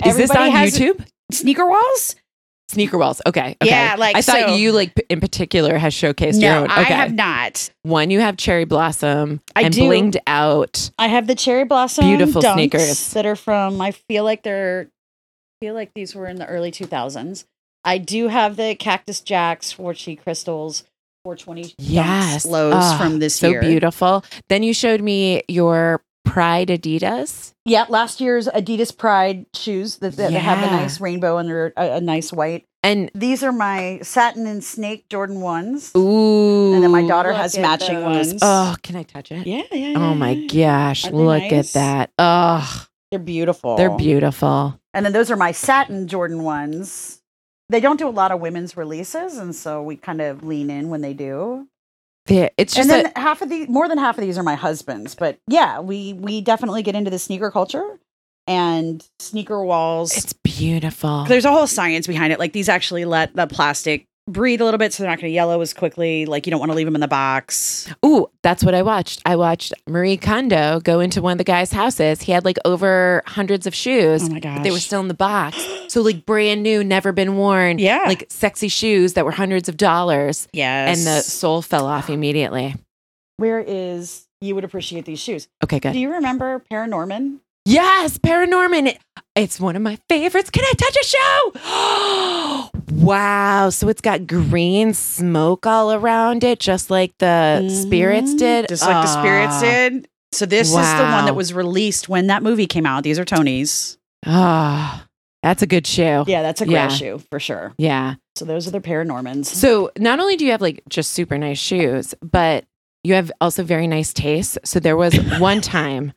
A: this on
B: everybody has
A: YouTube?
B: Sneaker walls?
A: Sneaker walls. Okay. okay.
B: Yeah, like,
A: I thought
B: so-
A: you like p- in particular has showcased your
B: No,
A: own. Okay.
B: I have not.
A: One, you have cherry blossom
B: I
A: and
B: do.
A: blinged out.
B: I have the cherry blossom
A: Beautiful
B: Dunks
A: sneakers.
B: that are from. I feel like they're I feel like these were in the early 2000s. I do have the cactus jacks, Fortune crystals, 420 Dunks
A: Yes.
B: lows
A: Ah,
B: from this
A: So
B: year.
A: beautiful. Then you showed me your Pride Adidas.
B: Yeah, last year's Adidas Pride shoes that, that have a
A: Yeah.
B: nice rainbow and they're a, a nice white.
A: And
B: These are my satin and snake Jordan ones.
A: ooh.
B: And then my daughter has
A: look at
B: matching
A: those.
B: ones.
A: Oh, can I touch it?
B: Yeah, yeah.
A: Oh my
B: yeah.
A: gosh.
B: Aren't they
A: Look
B: nice?
A: at that. Oh,
B: They're beautiful.
A: they're beautiful.
B: And then those are my satin Jordan ones. They don't do a lot of women's releases, and so we kind of lean in when they do.
A: They- It's just
B: and
A: a,
B: then half of the more than half of these are my husband's, but yeah, we we definitely get into the sneaker culture and sneaker walls.
A: it's beautiful.
B: There's a whole science behind it. Like these actually let the plastic breathe a little bit, so they're not going to yellow as quickly. Like you don't want to leave them in the box.
A: Ooh, that's what I watched. I watched Marie Kondo go into one of the guy's houses. He had like over hundreds of shoes.
B: Oh my gosh,
A: but they were still in the box. So like brand new, never been worn.
B: yeah,
A: Like sexy shoes that were hundreds of dollars.
B: yes.
A: And the sole fell off immediately.
B: where is you would appreciate these shoes?
A: Okay,
B: Do
A: good.
B: you remember Paranorman?
A: Yes, Paranorman. It- It's one of my favorites. Can I touch a show? wow. So it's got green smoke all around it, just like the spirits
B: Mhm.
A: did.
B: Just like the spirits
A: Ah.
B: did. So this is the one
A: Wow.
B: that was released when that movie came out. These are Tony's.
A: Ah, that's a good shoe.
B: Yeah, that's a
A: Oh. Yeah.
B: great shoe for sure.
A: yeah.
B: So those are the Paranormans.
A: So not only do you have like just super nice shoes, but you have also very nice taste. So there was one time,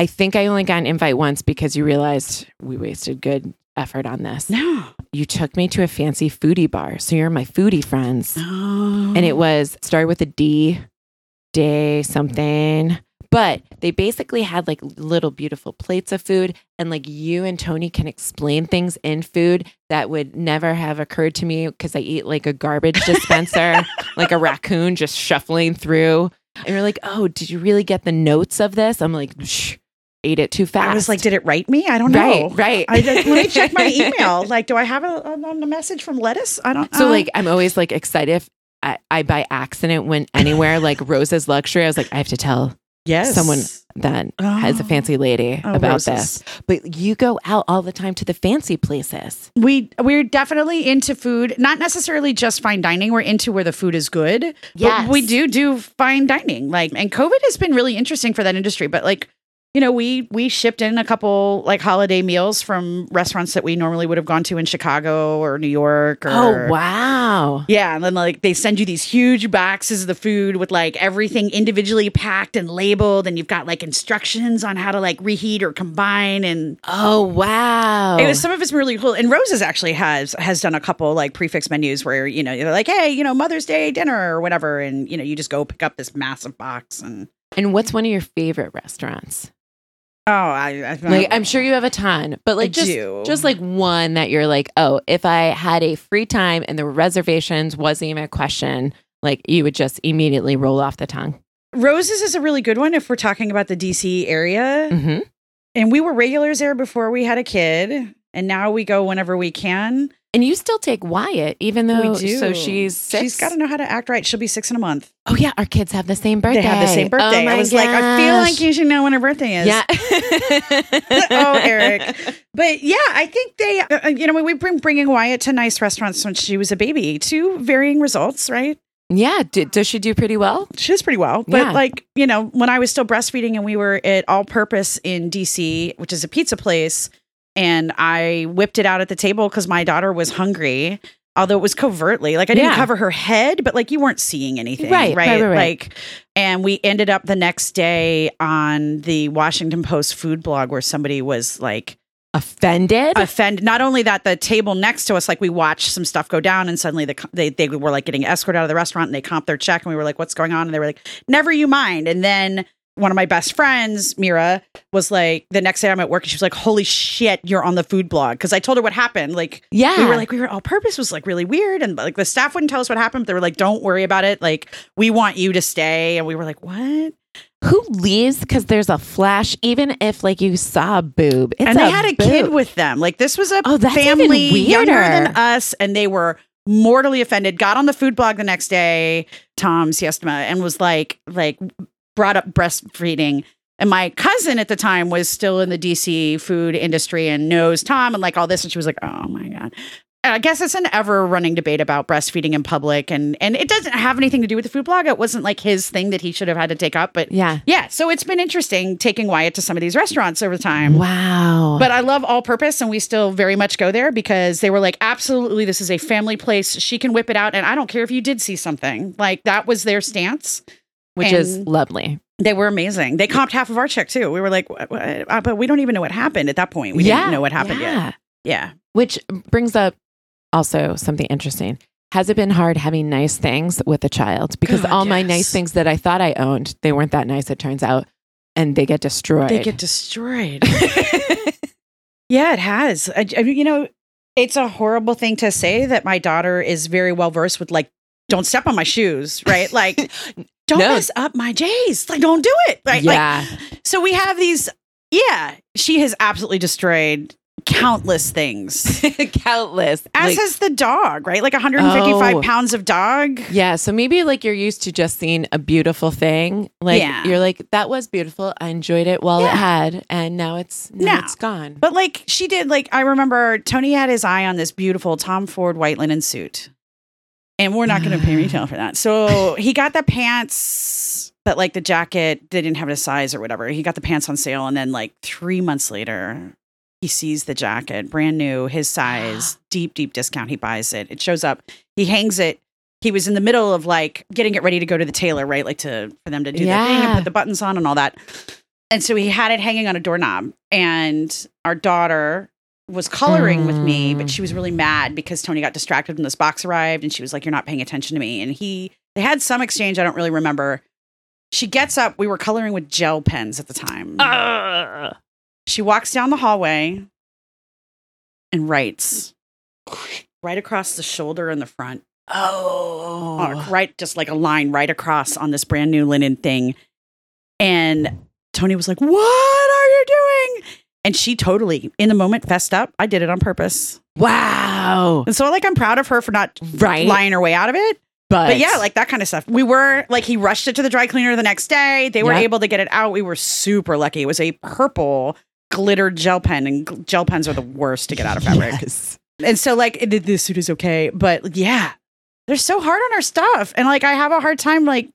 A: I think I only got an invite once because you realized we wasted good effort on this.
B: no.
A: You took me to a fancy foodie bar. So you're my foodie friends.
B: And
A: And it was started with a D, day something, But they basically had like little beautiful plates of food. And like you and Tony can explain things in food that would never have occurred to me because I eat like a garbage dispenser, like a raccoon just shuffling through. And you're like, oh, did you really get the notes of this? I'm like, Shh, ate it too fast.
B: I was like, did it write me? I don't
A: right,
B: know.
A: right.
B: I just, let me check my email. Like, do I have a, a, a message from Lettuce? I don't.
A: So
B: uh,
A: like I'm always like excited if I, I by accident went anywhere like Rose's luxury. I was like, I have to tell
B: yes,
A: someone that has a
B: Oh.
A: fancy lady
B: Oh,
A: about
B: roses.
A: this. But you go out all the time to the fancy places.
B: We we're definitely into food, not necessarily just fine dining. We're into where the food is good.
A: Yes.
B: But we do do fine dining. Like, and COVID has been really interesting for that industry. But like, you know, we we shipped in a couple like holiday meals from restaurants that we normally would have gone to in Chicago or New York. Or,
A: Oh wow.
B: Yeah, and then like they send you these huge boxes of the food with like everything individually packed and labeled, and you've got like instructions on how to like reheat or combine. And
A: Oh wow.
B: it was some of it's really cool. And Roses actually has has done a couple like prefix menus where you know they're like, hey, you know Mother's Day dinner or whatever, and you know you just go pick up this massive box and
A: and what's one of your favorite restaurants?
B: oh, I, I
A: Like I'm sure you have a ton, but like
B: I
A: just
B: do.
A: just like one that you're like, oh, if I had a free time and the reservations wasn't even a question, like you would just immediately roll off the tongue.
B: Roses is a really good one if we're talking about the DC area.
A: Mm-hmm.
B: And we were regulars there before we had a kid, and now we go whenever we can.
A: And you still take Wyatt, even though
B: we do.
A: Oh, so she's six.
B: She's got to know how to act right. She'll be six in a month.
A: oh yeah, our kids have the same birthday.
B: They have the same birthday.
A: Oh my
B: I was like, I feel
A: gosh.
B: like you should know when her birthday is.
A: Yeah.
B: Oh, Eric. But yeah, I think they, uh, you know, we've been bringing Wyatt to nice restaurants when she was a baby to varying results, right?
A: Yeah. D- does she do pretty well?
B: She does pretty well. But
A: Yeah.
B: like, you know, when I was still breastfeeding and we were at All Purpose in DC, which is a pizza place, and I whipped it out at the table because my daughter was hungry. Although it was covertly, like I didn't
A: Yeah.
B: cover her head, but like you weren't seeing anything,
A: Right, right, right, right.
B: Like, and we ended up the next day on the Washington Post food blog where somebody was like
A: Offended?
B: offend. Not only that, the table next to us, like we watched some stuff go down, and suddenly the, co- they they were like getting escorted out of the restaurant, and they comped their check, and we were like, "What's going on?" And they were like, "Never you mind." And then one of my best friends, Mira, was like, the next day I'm at work, and she was like, "Holy shit, you're on the food blog," because I told her what happened. Like
A: yeah.
B: we were like, we were all purpose was like really weird, and like the staff wouldn't tell us what happened. But they were like, "Don't worry about it. Like we want you to stay," and we were like, "What?"
A: who leaves because there's a flash? Even if like you saw a boob, it's
B: and they had a
A: boob.
B: kid with them. Like this was a
A: Oh, that's even
B: family younger
A: weirder.
B: than us, and they were mortally offended. Got on the food blog the next day, Tom Siestima, and was like, like brought up breastfeeding. And my cousin at the time was still in the DC food industry and knows Tom and like all this, and she was like, oh my god. And I guess it's an ever running debate about breastfeeding in public, and and it doesn't have anything to do with the food blog. It wasn't like his thing that he should have had to take up, but.
A: Yeah.
B: Yeah, so it's been interesting taking Wyatt to some of these restaurants over time.
A: Wow.
B: But I love all purpose and we still very much go there because they were like, absolutely, this is a family place. She can whip it out. And I don't care if you did see something. Like that was their stance.
A: which is
B: and-
A: lovely.
B: They were amazing. They comped half of our check too. We were like, what, what? Uh, but we don't even know what happened at that point. We
A: yeah.
B: didn't know what happened
A: yeah.
B: yet. Yeah.
A: Which brings up also something interesting. Has it been hard having nice things with a child? Because
B: God,
A: all my nice
B: yes.
A: things that I thought I owned, they weren't that nice, it turns out, and they get destroyed.
B: They get destroyed. yeah, it has. I, I mean, you know, it's a horrible thing to say that my daughter is very well versed with like, don't step on my shoes, right? Like, don't
A: No.
B: mess up my J's. Like, don't do it. Right? Like,
A: yeah.
B: So we have these. Yeah, she has absolutely destroyed countless things.
A: Countless.
B: As
A: Like,
B: has the dog, right? Like 155
A: Oh.
B: pounds of dog.
A: yeah. So maybe like you're used to just seeing a beautiful thing. Like
B: Yeah.
A: you're like, that was beautiful. I enjoyed it while it
B: Yeah.
A: had. And now it's now
B: Now.
A: it's gone.
B: But like she did, like I remember Tony had his eye on this beautiful Tom Ford white linen suit. And we're not going to pay retail for that. So he got the pants, but like the jacket, they didn't have it a size or whatever. He got the pants on sale. And then like three months later, he sees the jacket, brand new, his size, deep, deep discount. He buys it. It shows up. He hangs it. He was in the middle of like getting it ready to go to the tailor, right? Like to for them to do the thing
A: Yeah.
B: and put the buttons on and all that. And so he had it hanging on a doorknob. And our daughter was coloring with me, but
A: Mm.
B: she was really mad because Tony got distracted when this box arrived and she was like, You're not paying attention to me. And he they had some exchange, I don't really remember. She gets up. We were coloring with gel pens at the time.
A: Ah.
B: She walks down the hallway and writes right across the shoulder and the front,
C: Oh.
B: arc, right just like a line right across on this brand new linen thing. And Tony was like, What are you doing? And she totally, in the moment, fessed up. I did it on purpose.
C: Wow.
B: And so, like, I'm proud of her for not
A: Right.
B: lying her way out of it. But yeah, like that kind of stuff. We were like he rushed it to the dry cleaner the next day. They were
A: Yep.
B: able to get it out. We were super lucky. It was a purple glitter gel pen, and gl- gel pens are the worst to get out of fabric.
A: Yes.
B: And so like it, this suit is okay, but yeah, they're so hard on our stuff, and like I have a hard time like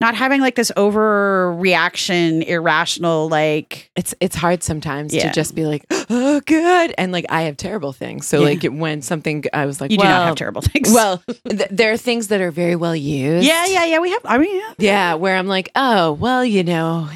B: not having like this overreaction, irrational like.
A: It's it's hard sometimes
B: Yeah.
A: to just be like, oh, good, and like I have terrible things. So
B: Yeah.
A: like when something, I was like,
B: You do not
A: well-
B: have terrible things.
A: Well, th- there are things that are very well used.
B: yeah, yeah, yeah. We have. I mean, yeah,
A: yeah. Where I'm like, oh, well, you know,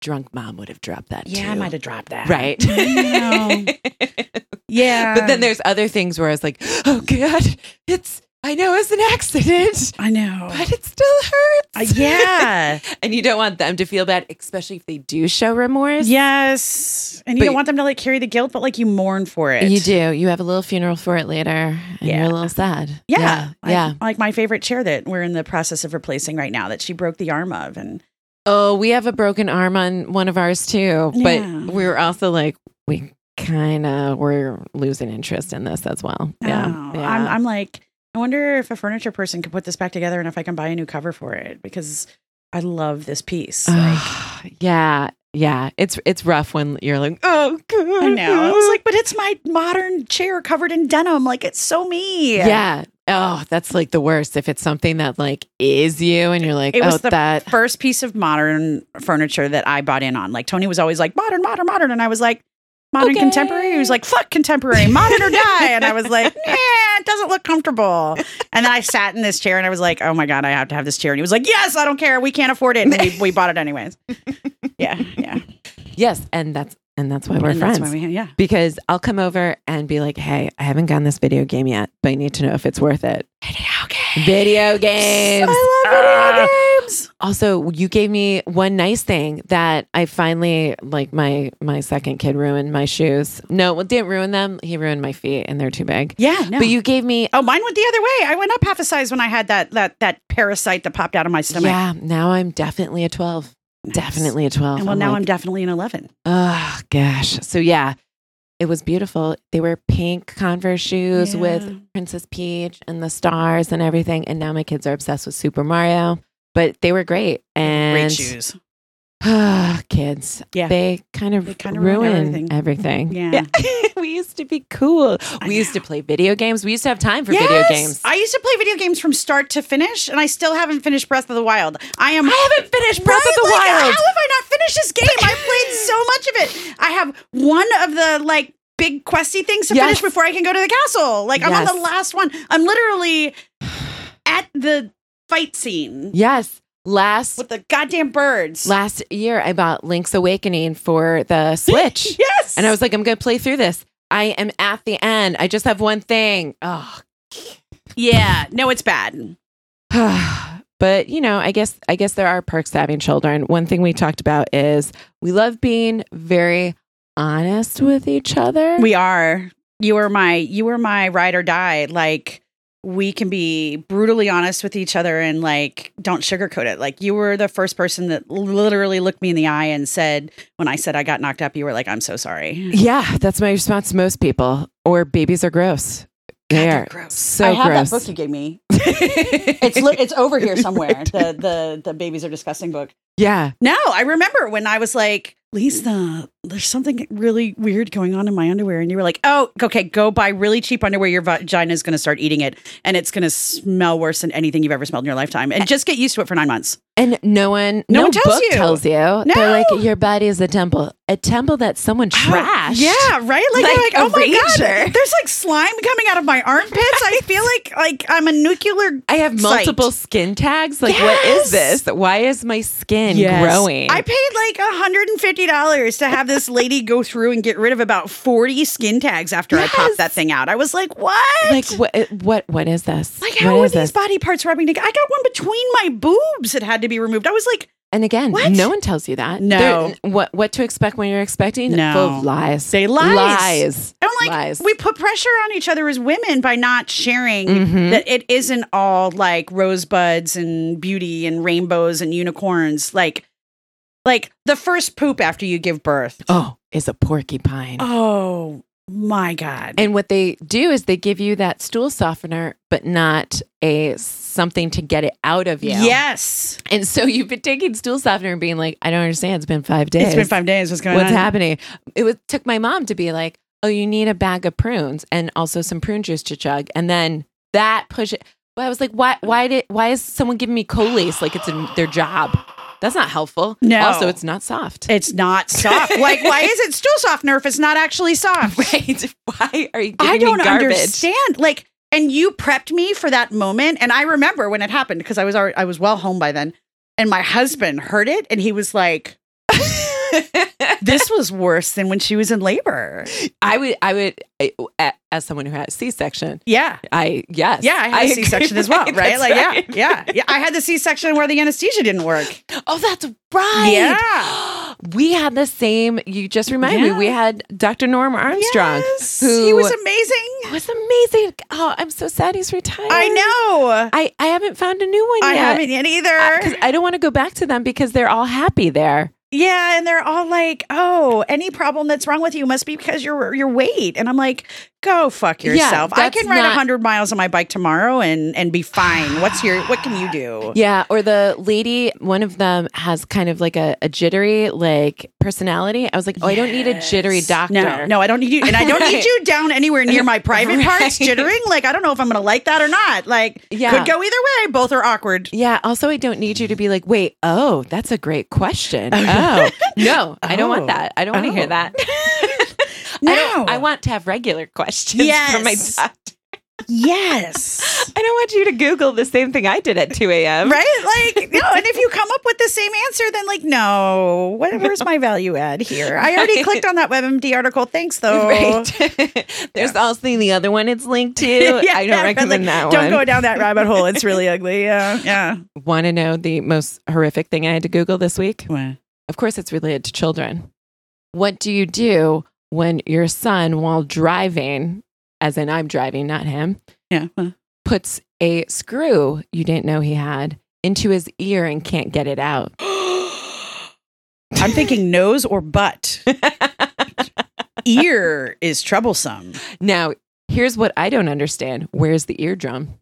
A: drunk mom would have dropped that.
B: yeah I
A: too.
B: might have dropped that.
A: Right.
B: I know. yeah.
A: But then there's other things where I was like, oh god, it's I know it's an accident,
B: I know.
A: but it still hurts.
B: Uh, yeah.
A: and you don't want them to feel bad, especially if they do show remorse.
B: yes. And you
A: But-
B: don't want them to like carry the guilt, but like you mourn for it.
A: You do. You have a little funeral for it later, and
B: Yeah.
A: you're a little sad.
B: Yeah.
A: Yeah.
B: Like, like my favorite chair that we're in the process of replacing right now that she broke the arm of. And
A: Oh, we have a broken arm on one of ours too,
B: Yeah.
A: but we were also like, we kind of were losing interest in this as well. Yeah.
B: oh,
A: yeah.
B: I'm, I'm like, I wonder if a furniture person could put this back together and if I can buy a new cover for it because I love this piece. Like,
A: yeah. Yeah. It's it's rough when you're like, oh, God.
B: I know. I was like, but it's my modern chair covered in denim. Like, it's so me.
A: yeah. Oh, that's like the worst. If it's something that like is you and you're like,
B: It was
A: oh,
B: the
A: that.
B: first piece of modern furniture that I bought in on. Like Tony was always like modern, modern, modern, and I was like modern
A: Okay.
B: contemporary. He was like fuck contemporary, modern or die, and I was like yeah, it doesn't look comfortable. And then I sat in this chair and I was like oh my god, I have to have this chair. And he was like yes, I don't care, we can't afford it, and we, we bought it anyways. Yeah, yeah,
A: Yes. And that's and that's why we're
B: And
A: friends.
B: That's why we, yeah,
A: because I'll come over and be like, hey, I haven't gotten this video game yet, but I need to know if it's worth it. Video games. Ah.
B: I love video games.
A: also you gave me one nice thing that i finally like my my second kid ruined my shoes no well didn't ruin them he ruined my feet and they're too big
B: Yeah, no.
A: but you gave me
B: Oh, mine went the other way. I went up half a size when I had that that that parasite that popped out of my stomach.
A: yeah now i'm definitely a 12 definitely a 12
B: And well, now I'm
A: like,
B: definitely an eleven.
A: oh gosh so yeah it was beautiful they were pink converse shoes
B: Yeah.
A: with princess peach and the stars and everything and now my kids are obsessed with super mario but they were great and
B: Great shoes.
A: kids
B: Yeah.
A: they kind of
B: They kinda ruin
A: ruin
B: everything.
A: everything,
B: Yeah.
A: we used to be cool
B: I
A: we used to
B: know.
A: play video games we used to have time for video
B: Yes!
A: games
B: I used to play video games from start to finish, and I still haven't finished Breath of the Wild. I am.
A: I haven't finished Oh, Breath of
B: Right?
A: the
B: Like,
A: Wild.
B: How have I not finished this game? I played so much of it. I have one of the like big questy things to
A: Yes.
B: finish before I can go to the castle. Like I'm on the
A: Yes.
B: last one. I'm literally at the fight scene
A: yes last
B: with the goddamn birds.
A: last year i bought link's awakening for the switch
B: yes,
A: and i was like i'm gonna play through this i am at the end i just have one thing oh
B: yeah. No, it's bad.
A: but you know i guess i guess there are perks to having children one thing we talked about is we love being very honest with each other
B: We are. You are my you are my ride or die. Like we can be brutally honest with each other and like don't sugarcoat it. Like you were the first person that literally looked me in the eye and said when I said I got knocked up, you were like, I'm so sorry.
A: Yeah, that's my response to most people. Or babies are gross. They are so
B: I have
A: gross.
B: that book you gave me. It's li- it's over here somewhere. The the the babies are disgusting book.
A: yeah,
B: No, I remember when I was like, Lisa, there's something really weird going on in my underwear. And you were like, oh, okay, go buy really cheap underwear. Your vagina is going to start eating it and it's going to smell worse than anything you've ever smelled in your lifetime. And just get used to it for nine months.
A: and no one,
B: No
A: no,
B: one tells
A: book
B: you.
A: tells you. They're
B: No. Oh,
A: like, your body is a temple, a temple that someone trashed.
B: Yeah, right? Like,
A: Oh, Like
B: you're like
A: a
B: oh my God,
A: ranger.
B: there's like slime coming out of my armpits. I feel like like I'm a nuclear.
A: I have
B: Sight.
A: multiple skin tags. Like, what is
B: Yes.
A: this? Why is my skin
B: Yes.
A: growing?
B: I paid like $150 to have this lady go through and get rid of about 40 skin tags after I popped
A: Yes.
B: that thing out. I was like, what?
A: like, what? What? What is this?
B: Like,
A: What
B: how are
A: is
B: these body parts rubbing together? I got one between my boobs that had to be removed. I was like,
A: And again,
B: What?
A: no one tells you that.
B: No.
A: They're- what what to expect when you're expecting?
B: No.
A: Full of lies.
B: They lies.
A: Lies.
B: I'm like,
A: Lies.
B: we put pressure on each other as women by not sharing
A: Mhm.
B: that it isn't all like rosebuds and beauty and rainbows and unicorns. Like, like the first poop after you give birth.
A: oh, is a porcupine.
B: Oh my god!
A: And what they do is they give you that stool softener, but not a something to get it out of you.
B: Yes,
A: And so you've been taking stool softener and being like, I don't understand. It's been five days.
B: it's been five days. What's going
A: What's
B: on?
A: happening? It was, took my mom to be like, oh, you need a bag of prunes and also some prune juice to chug. And then that push it. Well, I was like, why, why did, why is someone giving me colace like it's in their job? That's not helpful.
B: No.
A: Also, it's not soft.
B: It's not soft. like, why is it stool softener if it's not actually soft?
A: right. Why are you giving
B: I don't
A: me garbage?
B: understand. Like, and you prepped me for that moment, and I remember when it happened because I was already, I was well home by then, and my husband heard it, and he was like, "This was worse than when she was in labor."
A: I would, I would, I- as someone who had C section,
B: Yeah,
A: I, yes.
B: yeah, I had a
A: agree,
B: C section as well, right?
A: That's
B: Like,
A: right.
B: yeah, yeah, yeah. I had the C section where the anesthesia didn't work.
A: Oh, that's right.
B: Yeah.
A: We had the same, you just reminded
B: Yeah.
A: me, we had Dr. Norm Armstrong,
B: Yes.
A: who
B: he was amazing.
A: was amazing. Oh, I'm so sad he's retired.
B: I know.
A: I, I haven't found a new one
B: I
A: yet.
B: haven't yet either.
A: Because I don't want to go back to them because they're all happy there.
B: Yeah, and they're all like, "Oh, any problem that's wrong with you must be because your your weight." And I'm like, "Go fuck
A: Yeah,
B: yourself. I
A: that's
B: can ride a
A: not-
B: 100 miles on my bike tomorrow and and be fine. What's your what can you do?"
A: Yeah. Or the lady, one of them has kind of like a, a jittery like personality. I was like, oh, I don't need a jittery
B: Yes.
A: doctor.
B: No, no, I don't need you, and I don't need
A: Right.
B: you down anywhere near my private parts
A: Right.
B: jittering. Like I don't know if I'm gonna like that or not. Like,
A: Yeah.
B: could go either way. Both are awkward.
A: Yeah. Also, I don't need you to be like, wait, oh, that's a great question. Oh, no, I don't
B: Oh.
A: want that. I don't want to
B: Oh.
A: hear that.
B: No,
A: I, don't- I want to have regular questions from my
B: Yes.
A: doctor.
B: yes,
A: I don't want you to Google the same thing I did at 2 a.m.
B: right? Like no, and if you come up with the same answer, then like no, what, where's my value add here? I already
A: Right.
B: clicked on that WebMD article. Thanks though.
A: Right. There's also the other one it's linked to. I don't
B: yeah,
A: recommend
B: like,
A: that
B: Don't
A: one.
B: go down that rabbit hole. It's really ugly. Yeah. Yeah.
A: Want to know the most horrific thing I had to Google this week? Of course, it's related to children. What do you do when your son, while driving, as in I'm driving, not him,
B: Yeah.
A: puts a screw you didn't know he had into his ear and can't get it out?
B: I'm thinking nose or butt. Ear is troublesome.
A: Now, here's what I don't understand where's the eardrum?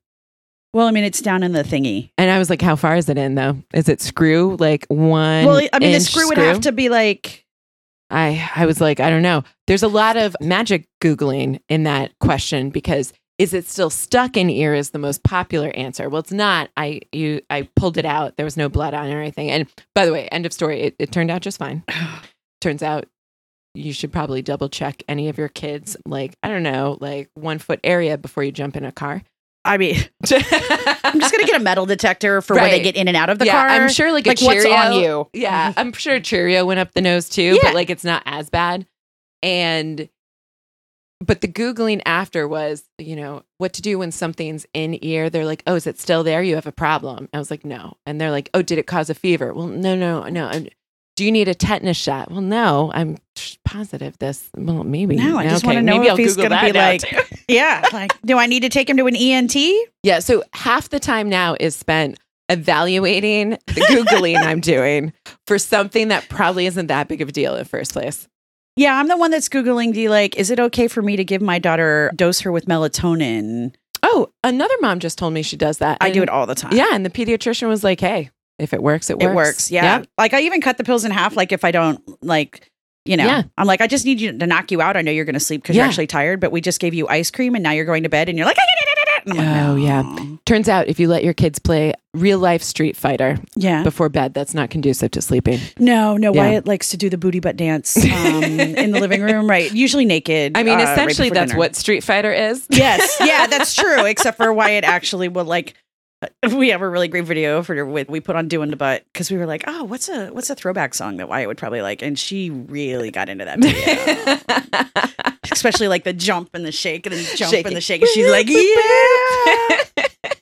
B: Well, I mean, it's down in the thingy.
A: And I was like, how far is it in though? Is it screw like one?
B: well, I mean, the
A: inch
B: screw would have to be like,
A: I I was like, I don't know. There's a lot of magic googling in that question because is it still stuck in ear is the most popular answer. Well, it's not. I you I pulled it out. There was no blood on it or anything. And by the way, end of story. It, it turned out just fine. Turns out you should probably double check any of your kids like I don't know like one foot area before you jump in a car.
B: I mean, I'm
A: I'm
B: just going to get a metal detector for when they
A: Right.
B: get in and out of the
A: yeah,
B: car.
A: I'm sure like,
B: Like,
A: a Cheerio.
B: what's on you?
A: Yeah, I'm sure Cheerio went up the nose too,
B: Mm-hmm. Yeah.
A: but like it's not as bad. And but the googling after was, you know, what to do when something's in ear. They're like, "Oh, is it still there? You have a problem." I was like, "No." And they're like, "Oh, did it cause a fever?" Well, no, no, no. I'm, do you need a tetanus shot? Well, no. I'm positive this. Well, maybe.
B: No, I just wanna know
A: maybe
B: if
A: I'll
B: he's
A: Google that
B: gonna be
A: now,
B: like-
A: too.
B: Yeah. Like, do I need to take him to an E ENT?
A: Yeah. So half the time now is spent evaluating the Googling I'm doing for something that probably isn't that big of a deal in the first place.
B: Yeah, I'm the one that's Googling the like, is it okay for me to give my daughter, dose her with melatonin?
A: Oh, another mom just told me she does that.
B: I do it
A: And-
B: all the time.
A: Mm. Yeah. And the pediatrician was like, hey, if it works, it works.
B: It works. Yeah. Like I even cut the pills in half. Like if I don't like, you know,
A: Yeah.
B: I'm like, I just need you to knock you out. I know you're going to sleep because you're
A: Yeah.
B: actually tired, but we just gave you ice cream and now you're going to bed and you're like, and I'm like
A: Oh,
B: "No."
A: yeah. Turns out if you let your kids play real life Street Fighter
B: Yeah.
A: before bed, that's not conducive to sleeping.
B: no, no.
A: Yeah.
B: Wyatt likes to do the booty butt dance um, in the living room, right? Usually naked.
A: I mean,
B: uh, right
A: essentially,
B: before
A: that's
B: dinner.
A: what Street Fighter is.
B: Yes. Yeah, that's true. Except for Wyatt actually will like. uh, We have a really great video for with we put on "Doing the Butt" because we were like, "Oh, what's a what's a throwback song that Wyatt would probably like?" And she really got into that video. especially like the jump and the shake and the jump
A: Shake
B: and
A: it.
B: the shake. And she's like, yeah.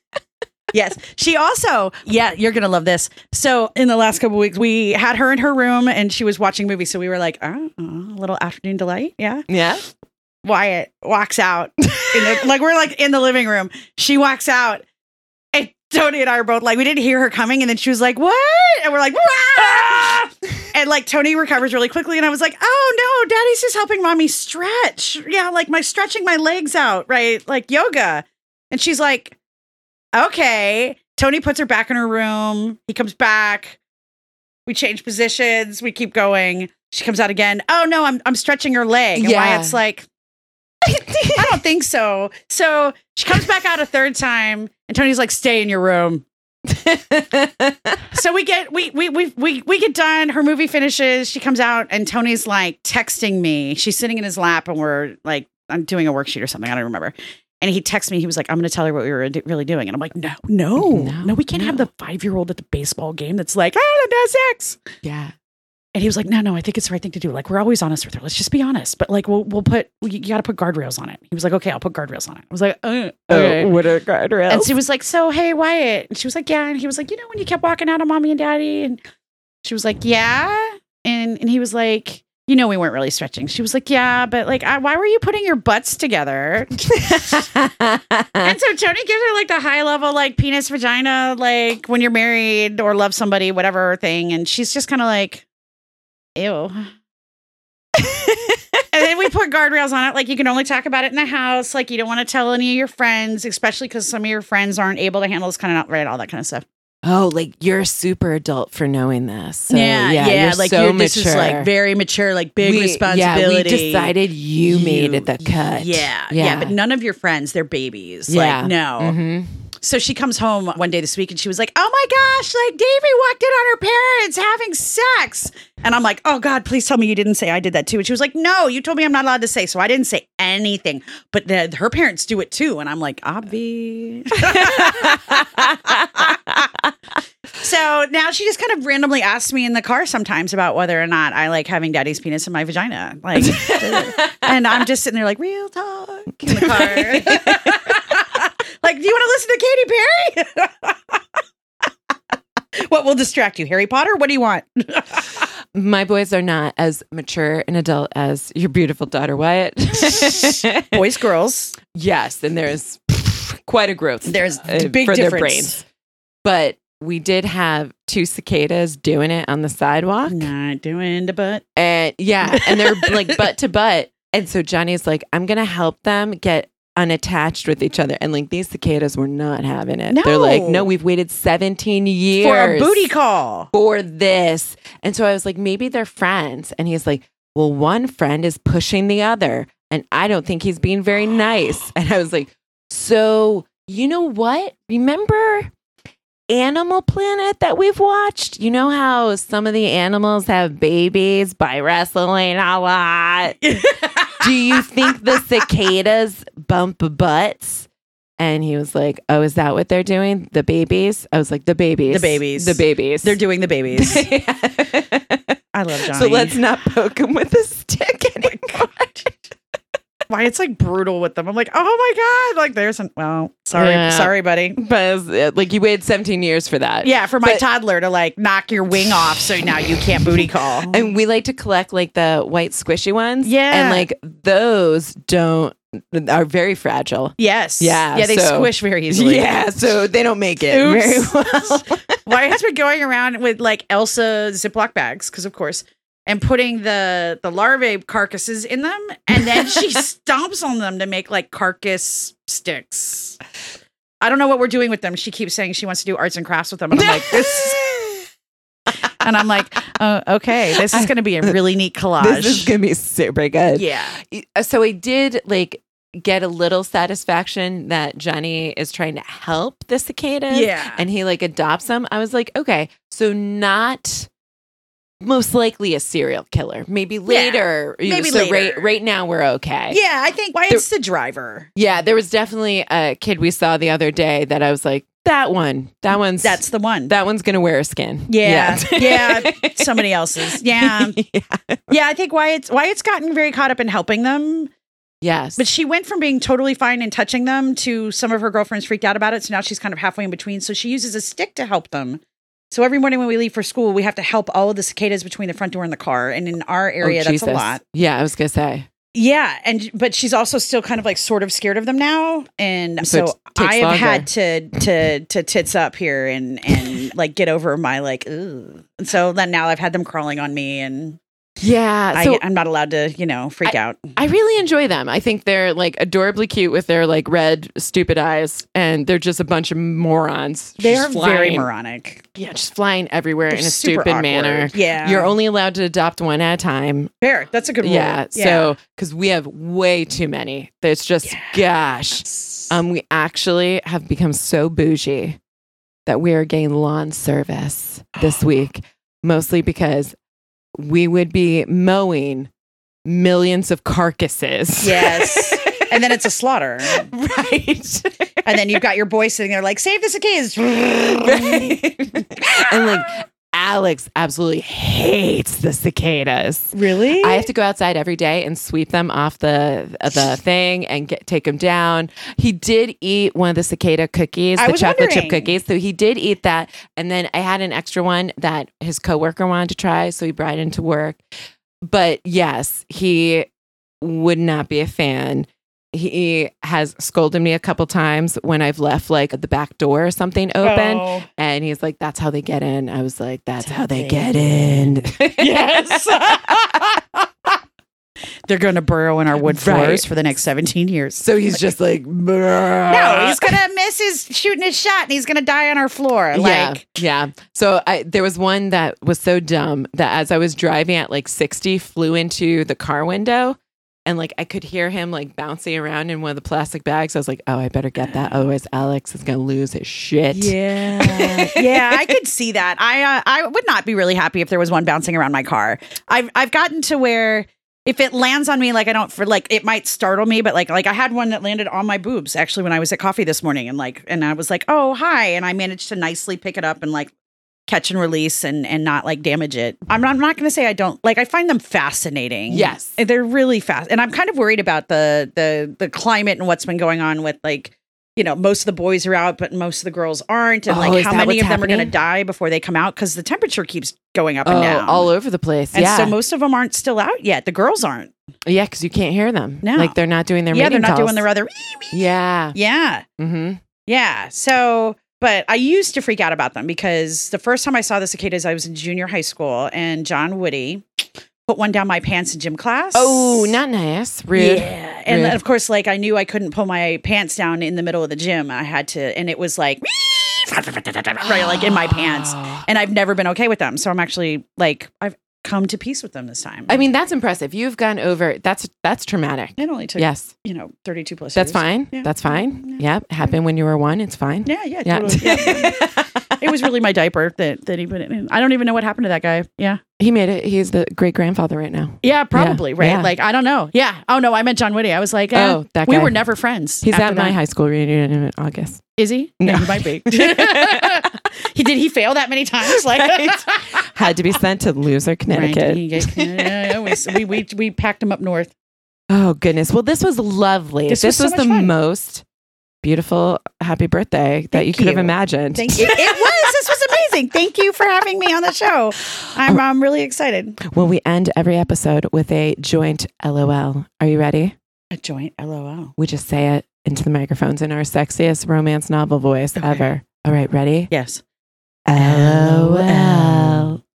B: Yes. She also, yeah, you're going to love this. So, in the last couple weeks, we had her in her room and she was watching movies. So, we were like, oh, a little afternoon delight. Yeah.
A: Yeah.
B: Wyatt walks out. in the- like, we're like in the living room. She walks out. And Tony and I are both like, we didn't hear her coming. And then she was like, what? And we're like, "Wah!" And like, Tony recovers really quickly. And I was like, oh, no, daddy's just helping mommy stretch. Yeah. Like, my stretching my legs out, right? Like yoga. And she's like, okay. Tony puts her back in her room. He comes back. We change positions. We keep going. She comes out again. Oh no, I'm I'm stretching her leg. And
A: Yeah.
B: Wyatt's like, I don't think so. So she comes back out a third time, and Tony's like, stay in your room. So we get we we we we we get done. Her movie finishes. She comes out, and Tony's like texting me. She's sitting in his lap, and we're like, I'm doing a worksheet or something. I don't remember. And he texts me. He was like, "I'm going to tell her what we were do- really doing," and I'm like, "No, no, no,
A: No,
B: we can't have
A: no.
B: the five year old at the baseball game that's like, ah, no sex."
A: yeah.
B: And he was like, "No, no, I think it's the right thing to do. Like, we're always honest with her. Let's just be honest. But like, we'll we'll put we, you got to put guardrails on it." He was like, "Okay, I'll put guardrails on it." I was like, uh, "Okay."
A: Oh, what a guardrail.
B: And she was like, "So, hey, Wyatt," and she was like, "Yeah," and he was like, "You know, when you kept walking out on mommy and daddy," and she was like, "Yeah," and and he was like, "You know, we weren't really stretching." She was like, "Yeah, but like, I, why were you putting your butts together?" and so Tony gives her like the high level like penis vagina like when you're married or love somebody whatever thing, and she's just kind of like, ew. and then we put guardrails on it, like you can only talk about it in the house, like you don't want to tell any of your friends, especially because some of your friends aren't able to handle this kind of not right, all that kind of stuff.
A: oh, like you're a super adult for knowing this. So, yeah, You're so mature.
B: very mature, like
A: We- Yeah, we decided you, made it the cut.
B: none of your friends, they're babies.
A: Yeah.
B: no.
A: Mhm.
B: So she comes home one day this week and she was like, Oh my gosh, like Davy walked in on her parents having sex. And I'm like, Oh God, please tell me you didn't say I did that too. And she was like, No, you told me I'm not allowed to say. So I didn't say anything. But the, her parents do it too. And I'm like, Obvi. so now she just kind of randomly asks me in the car sometimes about whether or not I like having daddy's penis in my vagina. Like, and I'm just sitting there like, Real talk in the car. Like, do you want to listen to Katy Perry? what will distract you? Harry Potter? What do you want?
A: My boys are not as mature and adult as your beautiful daughter Wyatt.
B: Boys, girls.
A: yes, and there's quite a growth.
B: There's
A: uh,
B: big
A: for
B: difference.
A: their brains. But we did have two cicadas doing it on the sidewalk.
B: Not doing the butt.
A: And yeah, and they're like butt to butt. And so Johnny's like, I'm gonna help them get unattached with each other. And like these cicadas were not having it. They're like,
B: No.
A: no, we've waited 17 years
B: For a booty call.
A: for this. And so I was like, maybe they're friends. And he's like, well, one friend is pushing the other. And I don't think he's being very nice. And I was like, so you know what? Remember Animal Planet that we've watched? You know how some of the animals have babies by wrestling a lot? Do you think the cicadas bump butts? And he was like, Oh, is that what they're doing? The babies? I was like, The babies.
B: The babies.
A: The babies.
B: They're doing the babies. I love Johnny.
A: so let's not poke him with a stick anymore.
B: Why it's like brutal with them. I'm like, oh my God. Like there's an well, sorry,
A: Yeah.
B: sorry, buddy.
A: but uh, like you waited 17 years for that.
B: Yeah, for my
A: But-
B: toddler to like knock your wing off so now you can't booty call.
A: And we like to collect like the white squishy ones.
B: Yeah.
A: And like those don't are very fragile.
B: yes.
A: Yeah,
B: Yeah, they
A: so-
B: squish very easily.
A: Yeah, so they don't make it
B: Oops.
A: very well.
B: Wyatt has been going around with like Elsa Ziploc bags because, of course, and putting the the larvae carcasses in them, and then she stomps on them to make like carcass sticks. I don't know what we're doing with them. She keeps saying she wants to do arts and crafts with them, and I'm like, this, and I'm like, oh, okay, this is going to be a really neat collage.
A: this is gonna be super good.
B: yeah,
A: Uh, so I did like get a little satisfaction that Johnny is trying to help the cicadas.
B: yeah,
A: And he like adopts them. I was like, okay, so not most likely a serial killer. Maybe later. you know,
B: maybe
A: so
B: later.
A: Right, right now we're okay.
B: yeah. I think Wyatt's the driver.
A: Yeah, There was definitely a kid we saw the other day that I was like, that one, that one's
B: That's the one.
A: that one's gonna wear a skin.
B: Yeah, yeah. Somebody else's. Yeah,
A: yeah.
B: yeah. I think Wyatt's Wyatt's gotten very caught up in helping them
A: Yes.
B: But she went from being totally fine and touching them to some of her girlfriends freaked out about it. So now she's kind of halfway in between. So she uses a stick to help them. So every morning when we leave for school, we have to help all of the cicadas between the front door and the car. And in our
A: Oh,
B: area, that's a
A: Jesus.
B: lot.
A: Yeah, I was gonna say.
B: Yeah, and but she's also still kind of like sort of scared of them now, and
A: So
B: so,
A: it takes
B: I have
A: longer.
B: had to to to tits up here and and like get over my like. Ooh. And so then now I've had them crawling on me, and
A: Yeah. So
B: I, I'm not allowed to you know freak out.
A: I really enjoy them. I think they're like adorably cute with their like red stupid eyes, and they're just a bunch of morons.
B: They
A: just
B: are very
A: flying-
B: moronic
A: Yeah, just flying everywhere
B: They're
A: in a
B: super
A: stupid manner.
B: awkward. Yeah,
A: You're only allowed to adopt one at a time.
B: fair. That's a good rule.
A: Yeah. So, because we have way too many. It's just, gosh. Um, we actually have become so bougie that we are getting lawn service this
B: Oh.
A: week, mostly because we would be mowing millions of carcasses.
B: yes. And then it's a slaughter.
A: right.
B: And then you've got your boy sitting there like, save the cicadas. Oh.
A: right. and like Alex absolutely hates the cicadas.
B: Really?
A: I have to go outside every day and sweep them off the uh, the thing and get, take them down. He did eat one of the cicada cookies,
B: I
A: the
B: was
A: chocolate chip
B: wondering.
A: cookies. So he did eat that, and then I had an extra one that his coworker wanted to try, so he brought it into work. But yes, he would not be a fan. He has scolded me a couple times when I've left like the back door or something open.
B: Oh.
A: And he's like, that's how they get in. I was like, that's how they
B: They
A: get in.
B: Yes. They're going to burrow in our wood
A: Right.
B: floors for the next 17 years. Uh,
A: So he's just like, no,
B: No, he's going to miss his shooting his shot and he's going to die on our floor. Like,
A: yeah, yeah. So I, there was one that was so dumb that as I was driving at like 60, flew into the car window, and like I could hear him like bouncing around in one of the plastic bags. I was like, oh, I better get that, otherwise Alex is gonna lose his shit.
B: yeah. yeah, I could see that. I uh, I would not be really happy if there was one bouncing around my car. I've I've gotten to where if it lands on me like I don't for like it might startle me, but like like I had one that landed on my boobs actually when I was at coffee this morning and like and I was like, "Oh, hi." And I managed to nicely pick it up and like catch and release and and not like damage it. I'm I'm not going to say I don't like I find them fascinating.
A: Yes.
B: They're really fast. And I'm kind of worried about the the the climate and what's been going on with like you know, most of the boys are out, but most of the girls aren't, and
A: Oh,
B: like
A: is
B: how
A: that
B: many
A: what's
B: of them are going
A: happening?
B: to die before they come out because the temperature keeps going up
A: Oh,
B: and down
A: all over the place.
B: And
A: yeah,
B: so most of them aren't still out yet. The girls aren't.
A: yeah, because you can't hear them.
B: No.
A: like they're not doing their
B: yeah, they're
A: mating
B: not
A: calls.
B: doing their other.
A: Yeah.
B: Yeah.
A: Mm-hmm.
B: Yeah. So, but I used to freak out about them because the first time I saw the cicadas, I was in junior high school, and John Woody put one down my pants in gym class.
A: Oh, not nice. Rude.
B: Yeah. And
A: Rude.
B: then, of course, like I knew I couldn't pull my pants down in the middle of the gym. I had to, and it was like, right, like in my pants. And I've never been okay with them. So I'm actually like, I've come to peace with them this time.
A: I mean, that's impressive. You've gone over. That's that's traumatic.
B: it only took,
A: Yes.
B: you know, 32 plus
A: That's
B: years.
A: fine.
B: Yeah.
A: That's fine.
B: Yeah.
A: Yeah. Happened when you were one. It's fine.
B: Yeah. Yeah.
A: Yeah.
B: Totally. yeah. it was really my diaper that, that he put it in. I don't even know what happened to that guy. Yeah.
A: he made it. He's the great grandfather right now.
B: Yeah, probably, right?
A: yeah.
B: Like, I don't know. Yeah. Oh, no, I meant John Whitty. I was like, eh,
A: Oh, that
B: we
A: guy.
B: were never friends.
A: He's
B: after
A: at my
B: that.
A: high school reunion in August.
B: Is he?
A: No.
B: he might be. he did he fail that many times? Like
A: Right. Had to be sent to Loser, Connecticut.
B: Right. Yeah, we, we we packed him up north.
A: Oh goodness. Well, this was lovely.
B: This
A: This, was,
B: was so
A: the
B: much fun.
A: most beautiful happy birthday that
B: Thank
A: you could have
B: you.
A: imagined.
B: Thank you. It was. This was amazing. Thank you for having me on the show. I'm I'm really excited.
A: Well, we end every episode with a joint LOL. Are you ready?
B: A joint LOL.
A: We just say it into the microphones in our sexiest romance novel voice
B: Okay.
A: ever. All right, ready?
B: Yes.
A: LOL.